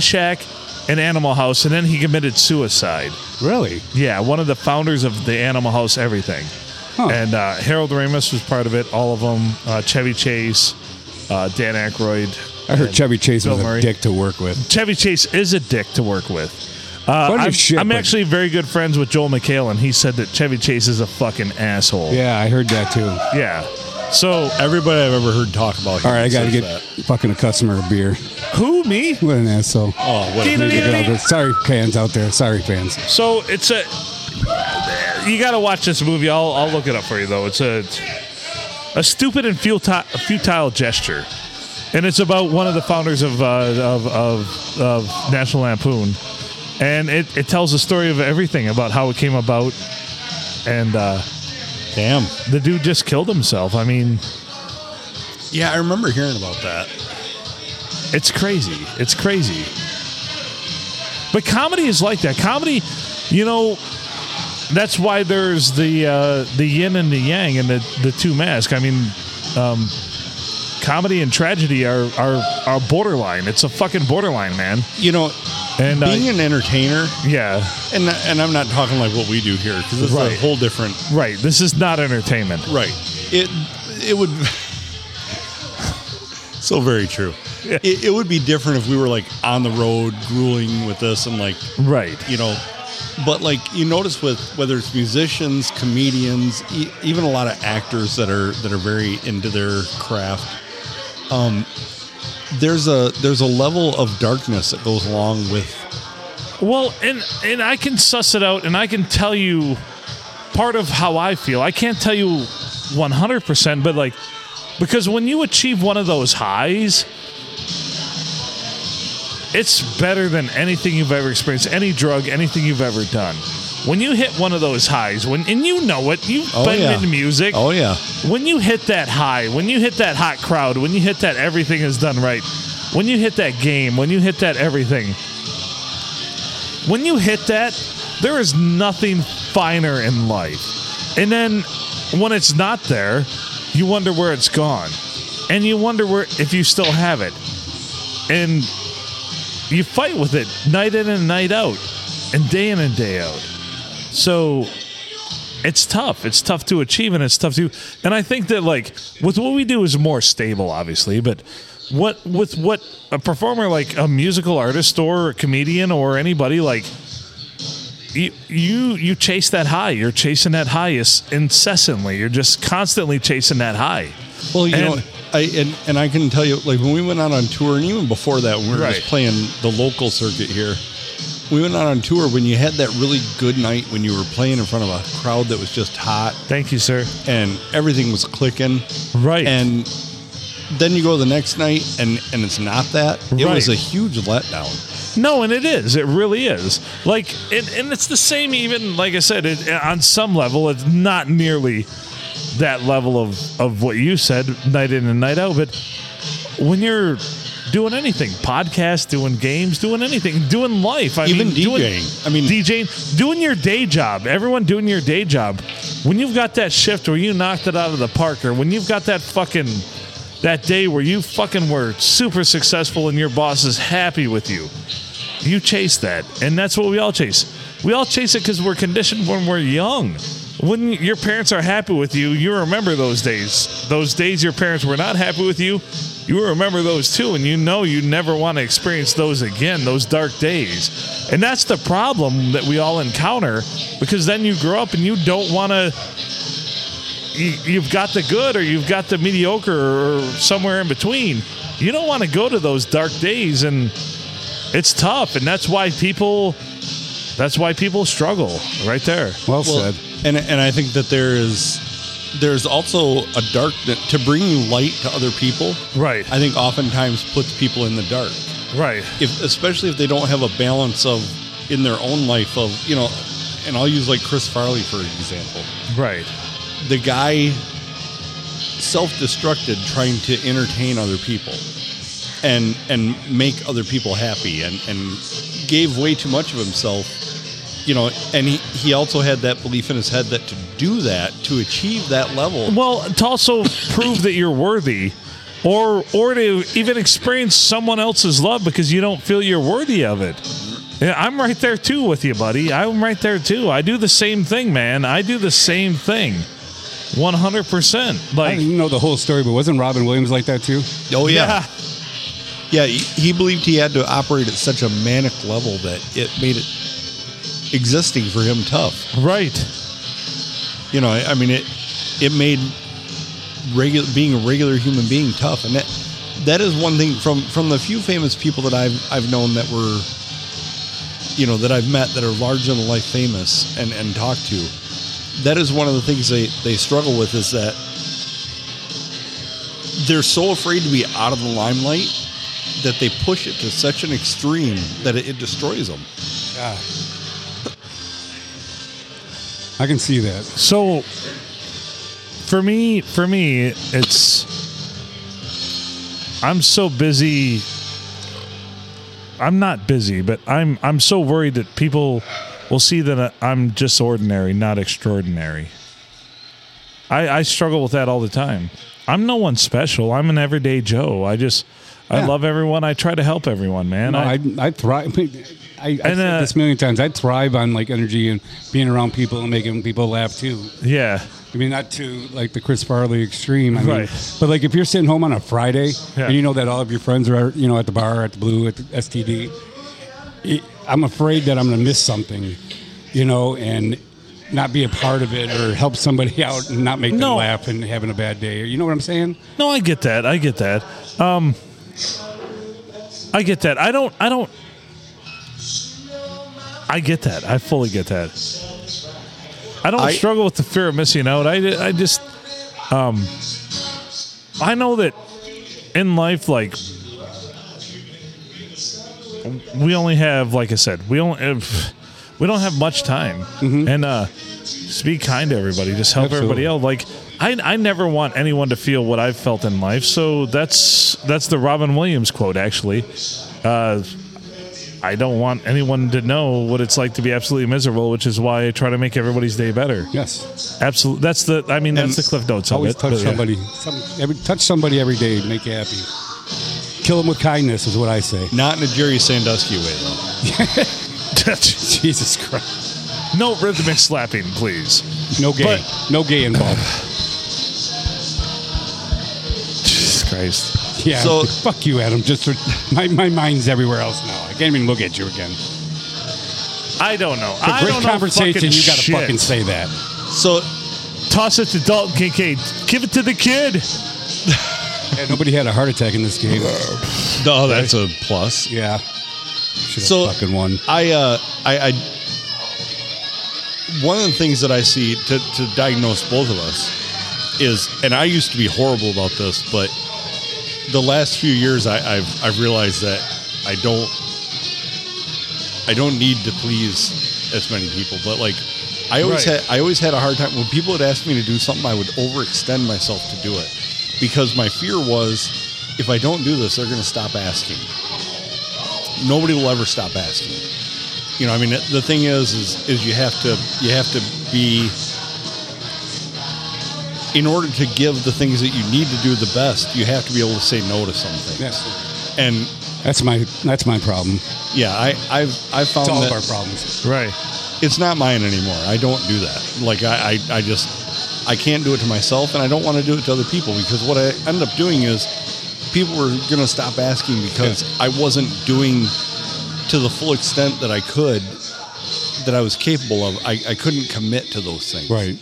Speaker 2: Caddyshack and Animal House, and then he committed suicide.
Speaker 5: Really?
Speaker 2: Yeah, one of the founders of the Animal House Everything.
Speaker 5: Huh.
Speaker 2: And uh, Harold Ramis was part of it, all of them. Uh, Chevy Chase, uh, Dan Aykroyd.
Speaker 5: I heard
Speaker 2: and
Speaker 5: Chevy Chase
Speaker 2: Bill
Speaker 5: was
Speaker 2: Murray.
Speaker 5: a dick to work with.
Speaker 2: Chevy Chase is a dick to work with. Uh,
Speaker 5: Funny
Speaker 2: I'm,
Speaker 5: shit,
Speaker 2: I'm
Speaker 5: but-
Speaker 2: actually very good friends with Joel McHale, and he said that Chevy Chase is a fucking asshole.
Speaker 5: Yeah, I heard that too.
Speaker 2: Yeah. So,
Speaker 6: Everybody I've ever heard talk about.
Speaker 5: All right, I got to
Speaker 6: says
Speaker 5: get
Speaker 6: that.
Speaker 5: fucking a customer a beer. [laughs]
Speaker 2: who, me?
Speaker 5: What an asshole.
Speaker 6: Oh, what?
Speaker 2: Dee-dee-dee.
Speaker 5: You know, sorry, fans out there. Sorry, fans.
Speaker 2: So, it's a. You got to watch this movie. I'll, I'll look it up for you, though. It's a, a stupid and futile, futile gesture. and it's about one of the founders of uh, of, of of National Lampoon, and it, it tells the story of everything about how it came about, and uh,
Speaker 6: Damn.
Speaker 2: the dude just killed himself. I mean,
Speaker 6: Yeah, I remember hearing about that.
Speaker 2: it's crazy. It's crazy. But comedy is like that. Comedy, you know, that's why there's the uh, the yin and the yang and the the two mask. I mean. Um, Comedy and tragedy are, are are borderline. It's a fucking borderline, man.
Speaker 6: You know,
Speaker 2: And
Speaker 6: being
Speaker 2: uh,
Speaker 6: an entertainer,
Speaker 2: yeah,
Speaker 6: and and I'm not talking like what we do here because it's
Speaker 2: Right.
Speaker 6: a whole different.
Speaker 2: Right. This is not entertainment.
Speaker 6: Right. It it would. [laughs] so very true.
Speaker 2: Yeah.
Speaker 6: It, it would be different if we were like on the road, grueling with this, and like
Speaker 2: Right.
Speaker 6: you know. But like you notice with whether it's musicians, comedians, e- even a lot of actors that are that are very into their craft, um, there's a there's a level of darkness that goes along with
Speaker 2: Well, and and I can suss it out and I can tell you part of how I feel. I can't tell you 100%, but like because when you achieve one of those highs, it's better than anything you've ever experienced, any drug, anything you've ever done. When you hit one of those highs, when and you know it, you've
Speaker 6: Oh,
Speaker 2: been
Speaker 6: yeah.
Speaker 2: in music.
Speaker 6: Oh yeah,
Speaker 2: when you hit that high, when you hit that hot crowd, when you hit that everything is done right, when you hit that game, when you hit that everything, when you hit that, there is nothing finer in life. And then when it's not there, you wonder where it's gone. And you wonder where if you still have it. And you fight with it night in and night out and day in and day out. So it's tough. It's tough to achieve, and it's tough to. And I think that like with what we do is more stable, obviously, but what with what a performer like a musical artist or a comedian or anybody like you you you chase that high. You're chasing that high is- incessantly. You're just constantly chasing that high.
Speaker 1: Well, you
Speaker 2: And-
Speaker 1: know, I and, and I can tell you, like when we went out on tour, and even before that, when we were
Speaker 2: Right.
Speaker 1: just playing the local circuit here. We went out on tour when you had that really good night when you were playing in front of a crowd that was just hot
Speaker 2: Thank you, sir.
Speaker 1: and everything was clicking.
Speaker 2: Right.
Speaker 1: And then you go the next night and and it's not that. It was a
Speaker 2: Right.
Speaker 1: huge letdown.
Speaker 2: No, and it is. It really is. Like, and, and it's the same. Even like I said, it, on some level, it's not nearly that level of of what you said, night in and night out. But when you're doing anything, podcast, doing games, doing anything, doing life, I
Speaker 1: Even
Speaker 2: mean, doing-
Speaker 1: DJing. I mean-
Speaker 2: DJing, doing your day job. Everyone doing your day job. When you've got that shift where you knocked it out of the park, or when you've got that fucking that day where you fucking were super successful and your boss is happy with you you chase that and that's what we all chase we all chase it because we're conditioned when we're young when your parents are happy with you you remember those days those days your parents were not happy with you you remember those too and you know you never want to experience those again those dark days and that's the problem that we all encounter because then you grow up and you don't want to you, you've got the good or you've got the mediocre or somewhere in between you don't want to go to those dark days and it's tough and that's why people that's why people struggle right there
Speaker 5: Well,
Speaker 1: Well,
Speaker 5: said.
Speaker 1: and and I think that there is there's also a dark to bring light to other people.
Speaker 2: Right.
Speaker 1: I think oftentimes puts people in the dark.
Speaker 2: right
Speaker 1: If especially if they don't have a balance of in their own life of you know, and I'll use like Chris Farley for example.
Speaker 2: right
Speaker 1: The guy self-destructed trying to entertain other people and and make other people happy and and gave way too much of himself you know and he, he also had that belief in his head that to do that to achieve that level
Speaker 2: well to also prove that you're worthy or or to even experience someone else's love because you don't feel you're worthy of it yeah, i'm right there too with you buddy i'm right there too i do the same thing man i do the same thing 100%
Speaker 5: I
Speaker 2: like
Speaker 5: didn't know the whole story, but wasn't Robin Williams like that too?
Speaker 1: oh yeah he, he believed he had to operate at such a manic level that it made it existing for him tough
Speaker 2: [laughs] right
Speaker 1: you know i, I mean it it made regular being a regular human being tough and that that is one thing from from the few famous people that i've i've known that were you know that i've met that are larger than life famous and and talked to that is one of the things they they struggle with is that they're so afraid to be out of the limelight that they push it to such an extreme that it, it destroys them
Speaker 5: I can see that.
Speaker 2: So for me, for me, it's I'm so busy. I'm not busy, but I'm I'm so worried that people will see that I'm just ordinary, not extraordinary. I I struggle with that all the time. I'm no one special. I'm an everyday Joe. I just I
Speaker 5: Yeah.
Speaker 2: love everyone. I try to help everyone, man.
Speaker 5: No,
Speaker 2: I,
Speaker 5: I, I thrive. [laughs] I, I've
Speaker 2: And, uh,
Speaker 5: said this a million times. I thrive on like energy and being around people and making people laugh too.
Speaker 2: yeah.
Speaker 5: I mean, not to like the Chris Farley extreme, I mean,
Speaker 2: Right.
Speaker 5: but like if you're sitting home on a Friday
Speaker 2: Yeah.
Speaker 5: and you know that all of your friends are, you know, at the bar, at the Blue, at the STD, it- I'm afraid that I'm going to miss something, you know, and not be a part of it or help somebody [laughs] out and not make
Speaker 2: No.
Speaker 5: them laugh and having a bad day. You know what I'm saying?
Speaker 2: No, I get that. I get that. Um, I get that. I don't. I don't. I get that. I fully get that. I don't
Speaker 1: I-
Speaker 2: struggle with the fear of missing out. I, I just, um, I know that in life, like, we only have, like I said, we only have, we don't have much time, and uh, just be kind to everybody. Just help everybody
Speaker 5: Mm-hmm. Absolutely.
Speaker 2: out. Like, I, I never want anyone to feel what I've felt in life. So that's that's the Robin Williams quote, actually. Uh, I don't want anyone to know what it's like to be absolutely miserable, which is why I try to make everybody's day better.
Speaker 5: Yes.
Speaker 2: Absolutely. That's the. I mean, that's
Speaker 1: And
Speaker 2: the cliff notes. of
Speaker 5: Always
Speaker 2: it,
Speaker 5: touch
Speaker 2: but yeah. [laughs]
Speaker 5: somebody. Some, every, touch somebody every day. Make you happy. Kill them with kindness is what I say. [laughs]
Speaker 1: not in a jerry sandusky way though
Speaker 5: Jesus Christ.
Speaker 2: no rhythmic slapping, please.
Speaker 5: No gay.
Speaker 2: But-
Speaker 5: no gay involved.
Speaker 2: Jesus Christ.
Speaker 5: Yeah.
Speaker 1: So-
Speaker 5: fuck you, Adam. Just for, my my mind's everywhere else now. I can't even look at you again.
Speaker 2: I don't know.
Speaker 5: It's a
Speaker 2: I
Speaker 5: great
Speaker 2: don't know
Speaker 5: conversation.
Speaker 2: fucking
Speaker 5: You got to
Speaker 2: shit.
Speaker 5: fucking say that.
Speaker 1: So
Speaker 2: Toss it to Dalton Kincaid. Give it to the kid.
Speaker 5: Yeah, nobody had a heart attack in this game.
Speaker 1: oh, that's a plus.
Speaker 5: Yeah. Should have
Speaker 1: So-
Speaker 5: fucking won.
Speaker 1: I, uh, I, I, one of the things that I see to, to diagnose both of us is, and I used to be horrible about this, but the last few years I, I've, I've realized that I don't, I don't need to please as many people, but like, I always
Speaker 2: Right.
Speaker 1: had, I always had a hard time when people would ask me to do something, I would overextend myself to do it because my fear was if I don't do this, they're going to stop asking. Nobody will ever stop asking you know, I mean, the thing is, is, is you have to, you have to be, in order to give the things that you need to do the best, you have to be able to say no to something.
Speaker 5: Yes.
Speaker 1: And
Speaker 5: That's my that's my problem.
Speaker 1: yeah, I, I've, I've found
Speaker 5: It's all
Speaker 1: that
Speaker 5: of our problems.
Speaker 2: Right.
Speaker 1: it's not mine anymore. I don't do that. Like I, I, I just, I can't do it to myself and I don't want to do it to other people because what I ended up doing is people were going to stop asking because I wasn't doing to the full extent that I could, that I was capable of. I, I couldn't commit to those things.
Speaker 5: Right.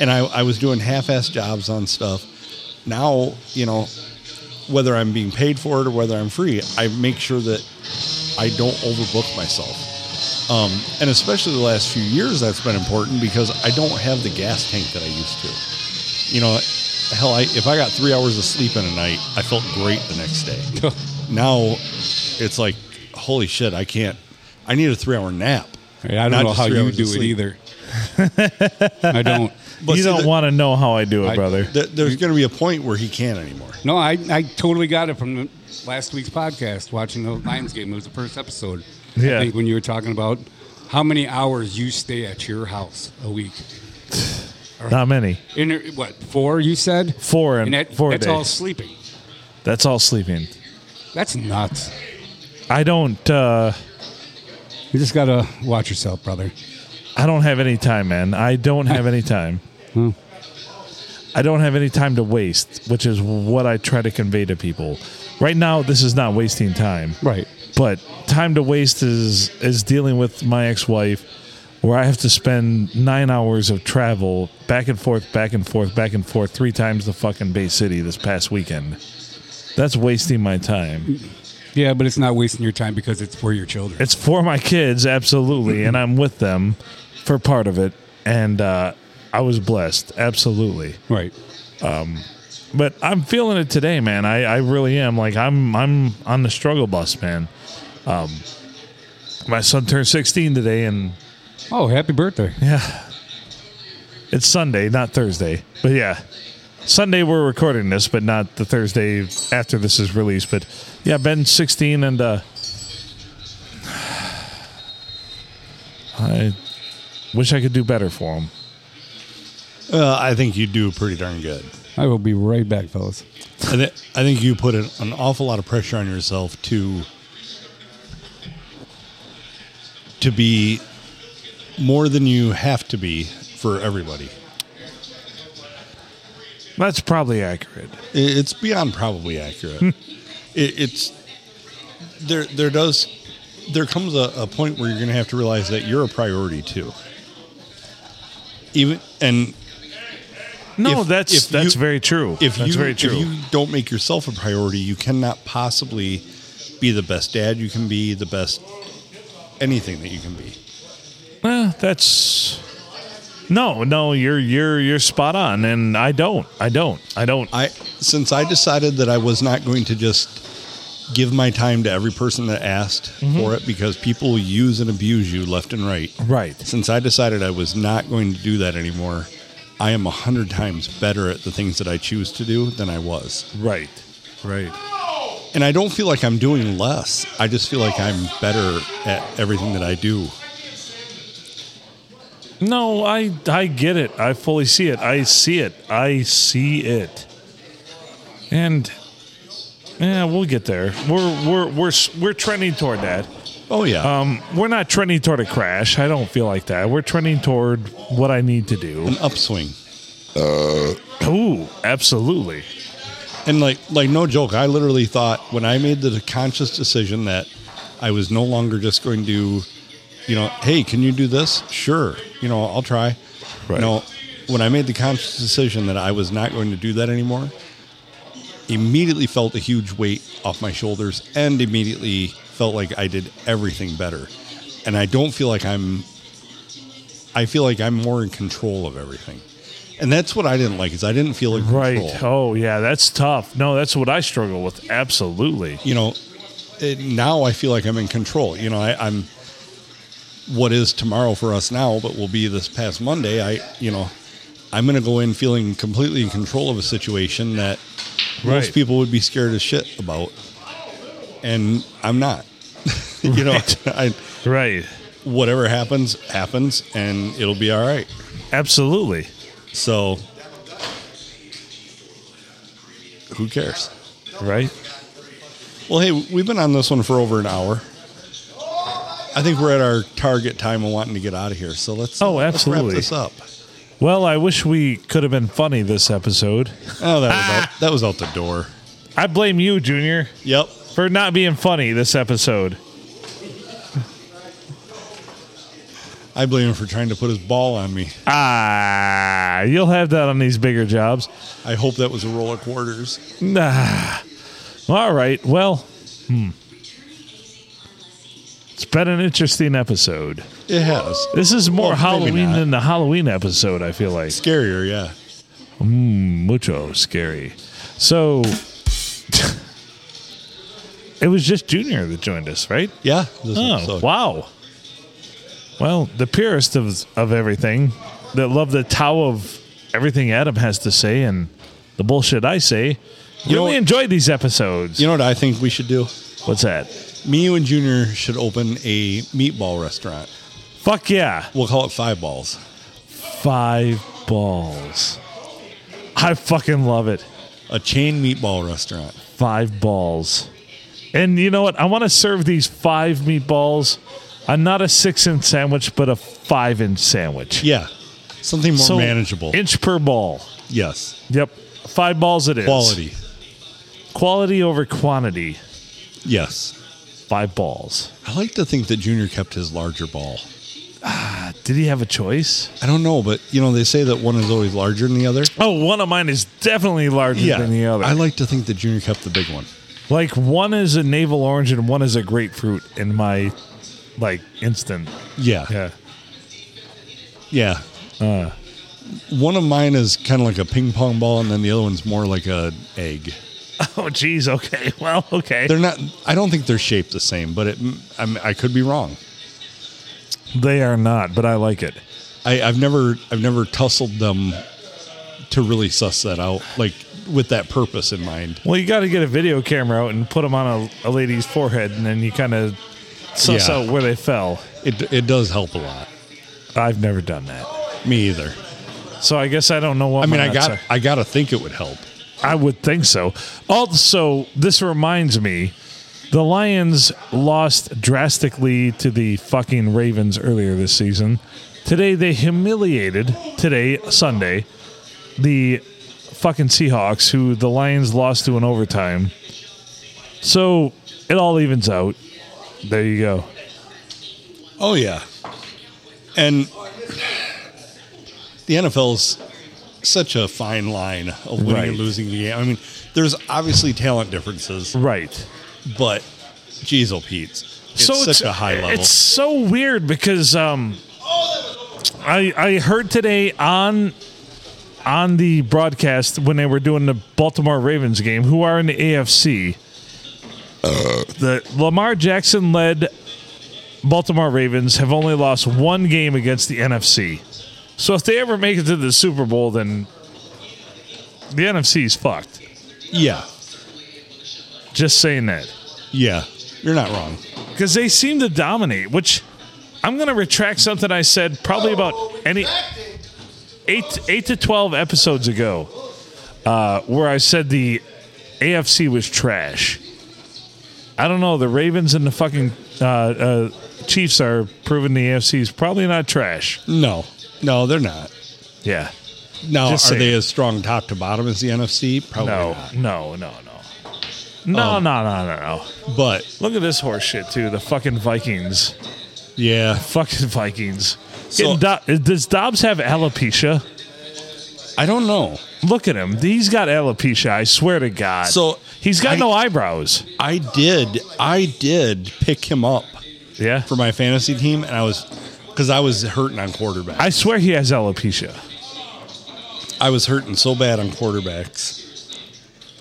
Speaker 1: And I, I was doing half-ass jobs on stuff. Now, you know, whether I'm being paid for it or whether I'm free, I make sure that I don't overbook myself. Um, and especially the last few years, that's been important because I don't have the gas tank that I used to. You know, hell, I, if I got three hours of sleep in a night, I felt great the next day. [laughs] now it's like, holy shit, I can't. I need a three-hour nap.
Speaker 5: I
Speaker 1: Not
Speaker 5: don't know
Speaker 1: just
Speaker 5: how
Speaker 1: three
Speaker 5: you
Speaker 1: hours
Speaker 5: do
Speaker 1: of
Speaker 5: it
Speaker 1: sleep.
Speaker 5: either. I don't.
Speaker 2: you
Speaker 1: see,
Speaker 2: don't
Speaker 1: the-
Speaker 2: want to know how I do it,
Speaker 5: I-
Speaker 2: brother.
Speaker 1: There- there's going to be a point where he can't anymore.
Speaker 5: No, I, I totally got it from the last week's podcast, watching the Lions game. It was the first episode.
Speaker 2: Yeah.
Speaker 5: I think when you were talking about how many hours you stay at your house a week.
Speaker 2: Not many.
Speaker 5: In what four? You said
Speaker 2: Four and,
Speaker 5: that,
Speaker 2: four
Speaker 5: That's
Speaker 2: days.
Speaker 5: all sleeping.
Speaker 2: that's all sleeping.
Speaker 5: That's nuts.
Speaker 2: I don't. uh
Speaker 5: You just gotta watch yourself, brother.
Speaker 2: I don't have any time, man. I don't have any time.
Speaker 5: Hmm.
Speaker 2: I don't have any time to waste, which is what I try to convey to people. Right now, this is not wasting time.
Speaker 5: Right.
Speaker 2: But time to waste is is dealing with my ex-wife where I have to spend 9 hours of travel back and forth, back and forth, back and forth three times the fucking Bay City this past weekend. That's wasting my time.
Speaker 5: Yeah, but it's not wasting your time because it's for your children.
Speaker 2: It's for my kids, absolutely, and I'm with them for part of it. And uh, I was blessed, absolutely.
Speaker 5: right.
Speaker 2: But I'm feeling it today, man. I, I really am. Like I'm I'm on the struggle bus, man. Um, my son turned 16 today, and
Speaker 5: Oh, happy birthday!
Speaker 2: it's Sunday, not Thursday. But yeah, Sunday we're recording this, but not the Thursday after this is released. But yeah, Ben 16, and uh, I wish I could do better for him.
Speaker 1: Uh, I think you do pretty darn good.
Speaker 5: I will be right back, fellas.
Speaker 1: I, th- I think you put an, an awful lot of pressure on yourself to to be more than you have to be for everybody.
Speaker 2: That's probably accurate.
Speaker 1: I- It's beyond probably accurate. it, it's there. There does there comes a, a point where you're going to have to realize that you're a priority too. Even and
Speaker 2: No,
Speaker 1: If-
Speaker 2: that's
Speaker 1: if
Speaker 2: that's
Speaker 1: you-
Speaker 2: very true.
Speaker 1: if
Speaker 2: that's
Speaker 1: you
Speaker 2: very true.
Speaker 1: if you don't make yourself a priority, you cannot possibly be the best dad you can be, the best anything that you can be.
Speaker 2: Eh, that's no, no. You're you're you're spot on, and I don't, I don't, I don't.
Speaker 1: I since I decided that I was not going to just give my time to every person that asked
Speaker 2: Mm-hmm.
Speaker 1: for it because people use and abuse you left and right.
Speaker 2: Right.
Speaker 1: Since I decided I was not going to do that anymore, I am a hundred times better at the things that I choose to do than I was.
Speaker 2: Right. Right.
Speaker 1: And I don't feel like I'm doing less. I just feel like I'm better at everything that I do.
Speaker 2: No, I I get it. I fully see it. I see it. I see it. And yeah, we'll get there. We're we're we're s- we're trending toward that.
Speaker 1: Oh yeah,
Speaker 2: Um, we're not trending toward a crash. I don't feel like that. We're trending toward what I need to do.
Speaker 1: an upswing.
Speaker 2: Ooh, absolutely.
Speaker 1: And like like no joke, I literally thought when I made the conscious decision that I was no longer just going to you know, hey, can you do this? Sure. You know, I'll try.
Speaker 8: Right.
Speaker 1: You know, when I made the conscious decision that I was not going to do that anymore, immediately felt a huge weight off my shoulders and immediately felt like I did everything better. And I don't feel like I'm I feel like I'm more in control of everything. And that's what I didn't like is I didn't feel like
Speaker 2: Right.
Speaker 1: control.
Speaker 2: Oh, yeah. That's tough. No, that's what I struggle with. Absolutely.
Speaker 1: you know, it, now I feel like I'm in control. You know, I, I'm what is tomorrow for us now, but will be this past Monday. I, you know, I'm going to go in feeling completely in control of a situation that
Speaker 2: Right.
Speaker 1: most people would be scared as shit about, and I'm not. [laughs] you know, [laughs] I,
Speaker 2: Right.
Speaker 1: whatever happens, happens, and it'll be all right.
Speaker 2: Absolutely.
Speaker 1: So, who cares?
Speaker 2: Right.
Speaker 1: Well, hey, we've been on this one for over an hour. I think we're at our target time of wanting to get out of here. So let's
Speaker 2: Oh,
Speaker 1: let's
Speaker 2: absolutely.
Speaker 1: wrap this
Speaker 2: Well, I wish we could have been funny this episode.
Speaker 1: up. Oh, that was
Speaker 2: [laughs]
Speaker 1: out, that was out the door.
Speaker 2: I blame you, Junior,
Speaker 1: Yep.
Speaker 2: for not being funny this episode.
Speaker 1: I blame him for trying to put his ball on me.
Speaker 2: Ah, you'll have that on these bigger jobs.
Speaker 1: I hope that was a roll of quarters.
Speaker 2: Nah. All right. Well, hmm. It's been an interesting episode.
Speaker 1: It has
Speaker 2: This is more
Speaker 1: Well, maybe
Speaker 2: Halloween
Speaker 1: not.
Speaker 2: than the Halloween episode, I feel like.
Speaker 1: scarier, yeah.
Speaker 2: Mucho scary. So [laughs] it was just Junior that joined us, right?
Speaker 1: Yeah. This
Speaker 2: Oh,
Speaker 1: episode.
Speaker 2: wow. Well, the purest of, of everything that love the Tao of everything Adam has to say and the bullshit I say.
Speaker 1: You know
Speaker 2: really
Speaker 1: what-
Speaker 2: enjoyed these episodes.
Speaker 1: You know what I think we should do?
Speaker 2: What's that?
Speaker 1: Me, you, and Junior should open a meatball restaurant.
Speaker 2: Fuck yeah.
Speaker 1: We'll call it Five Balls.
Speaker 2: Five balls. I fucking love it.
Speaker 1: A chain meatball restaurant.
Speaker 2: five balls. And you know what? I want to serve these five meatballs. I'm not a six inch sandwich, but a five inch sandwich.
Speaker 1: Yeah. Something more manageable.
Speaker 2: Inch per ball.
Speaker 1: yes.
Speaker 2: Yep. Five balls it is.
Speaker 1: Quality.
Speaker 2: Quality over quantity.
Speaker 1: Yes.
Speaker 2: Five balls.
Speaker 1: I like to think that Junior kept his larger ball.
Speaker 2: Did he have a choice?
Speaker 1: I don't know, but you know they say that one is always larger than the other.
Speaker 2: Oh, one of mine is definitely larger than the other.
Speaker 1: I like to think that Junior kept the big one.
Speaker 2: like one is a navel orange and one is a grapefruit in my like instant.
Speaker 1: Yeah,
Speaker 2: Yeah. [laughs]
Speaker 1: yeah. one of mine is kind of like a ping pong ball, and then the other one's more like a egg.
Speaker 2: Oh geez, okay. [laughs] Well, okay.
Speaker 1: They're not. I don't think they're shaped the same, but it. I'm, I could be wrong.
Speaker 2: They are not, but I like it.
Speaker 1: I, I've never. I've never tussled them to really suss that out, like with that purpose in mind.
Speaker 2: Well, you got to get a video camera out and put them on a, a lady's forehead, and then you kind of suss
Speaker 1: Yeah.
Speaker 2: out where they fell.
Speaker 1: It it does help a lot.
Speaker 2: I've never done that,
Speaker 1: Me either.
Speaker 2: so I guess I don't know what.
Speaker 1: I mean,
Speaker 2: my
Speaker 1: I got.
Speaker 2: nuts
Speaker 1: I got to think it would help.
Speaker 2: are. I would think so. Also, this reminds me, the Lions lost drastically to the fucking Ravens earlier this season. Today they humiliated. Today Sunday, the fucking Seahawks, who the Lions lost to in overtime. So it all evens out. There you go.
Speaker 1: Oh yeah, and the NFL's such a fine line of winning
Speaker 2: Right.
Speaker 1: and losing the game. I mean, there's obviously talent differences,
Speaker 2: Right.
Speaker 1: but geez, oh Pete's, it's such a high level.
Speaker 2: It's so weird because um, I I heard today on on the broadcast when they were doing the Baltimore Ravens game, who are in the AFC, the Lamar Jackson led Baltimore Ravens have only lost one game against the NFC. So if they ever make it to the Super Bowl, then the NFC is fucked.
Speaker 1: yeah,
Speaker 2: Just saying that.
Speaker 1: yeah, you're not wrong.
Speaker 2: because they seem to dominate. Which I'm going to retract something I said probably about any eight eight to twelve episodes ago, uh, where I said the AFC was trash. I don't know. The Ravens and the fucking uh, uh, Chiefs are proving the AFC is probably not trash.
Speaker 1: No, no, they're not.
Speaker 2: Yeah.
Speaker 1: Now,
Speaker 2: Just
Speaker 1: are
Speaker 2: saying.
Speaker 1: they as strong top to bottom as the NFC? Probably
Speaker 2: No.
Speaker 1: not.
Speaker 2: No. No. No. No, no, no, no, no.
Speaker 1: But
Speaker 2: Look at this horse shit, too. The fucking Vikings.
Speaker 1: Yeah,
Speaker 2: Fucking Vikings.
Speaker 1: So-
Speaker 2: Getting Do- does Dobbs have alopecia?
Speaker 1: I don't know.
Speaker 2: Look at him. He's got alopecia. I swear to God.
Speaker 1: So,
Speaker 2: he's got
Speaker 1: I-
Speaker 2: no eyebrows.
Speaker 1: I did. I did pick him up
Speaker 2: Yeah.
Speaker 1: for my fantasy team, and I was because I was hurting on quarterback.
Speaker 2: I swear he has alopecia.
Speaker 1: I was hurting so bad on quarterbacks.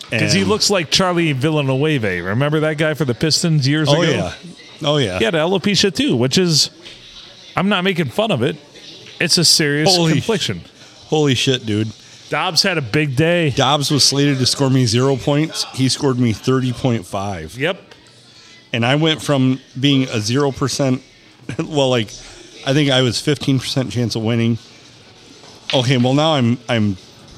Speaker 2: Because he
Speaker 1: And-
Speaker 2: looks like Charlie Villanueva. Remember that guy for the Pistons years
Speaker 1: Oh
Speaker 2: ago?
Speaker 1: yeah. Oh yeah.
Speaker 2: He had alopecia too, which is, I'm not making fun of it. It's a serious
Speaker 1: Holy
Speaker 2: confliction.
Speaker 1: Holy shit, dude.
Speaker 2: Dobbs had a big day.
Speaker 1: Dobbs was slated to score me zero points. He scored me thirty point five.
Speaker 2: Yep.
Speaker 1: and I went from being a zero percent, [laughs] well, like I think I was fifteen percent chance of winning. Okay, well now I'm I'm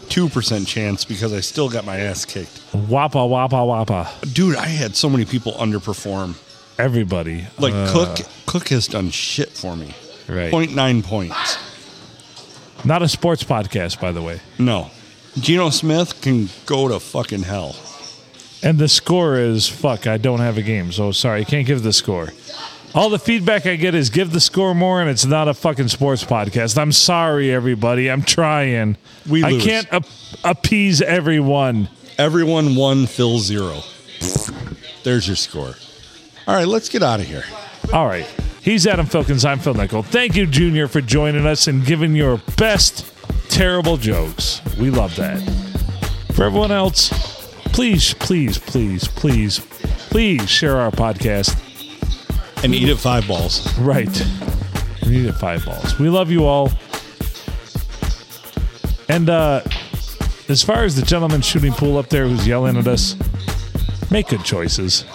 Speaker 1: two percent chance because I still got my ass kicked,
Speaker 2: Wappa, wappa, wappa.
Speaker 1: dude. I had so many people underperform.
Speaker 2: Everybody.
Speaker 1: Like
Speaker 2: Uh,
Speaker 1: Cook, Cook has done shit for me.
Speaker 2: Right.
Speaker 1: Point nine points.
Speaker 2: Not a sports podcast, by the way.
Speaker 1: No, Geno Smith can go to fucking hell.
Speaker 2: And the score is fuck, I don't have a game. So sorry, I can't give the score. All the feedback I get is give the score more, and it's not a fucking sports podcast. I'm sorry, everybody. I'm trying.
Speaker 1: We
Speaker 2: I
Speaker 1: lose.
Speaker 2: can't ap- appease everyone.
Speaker 1: Everyone won. Phil zero. There's your score. All right, let's get out of here.
Speaker 2: All right. He's Adam Filkins. I'm Phil Nickel. Thank you, Junior, for joining us and giving your best terrible jokes. We love that. For everyone else, please, please, please, please, please share our podcast.
Speaker 1: And eat at five balls.
Speaker 2: Right. We need it five balls. We love you all. And uh as far as the gentleman shooting pool up there who's yelling at us, make good choices.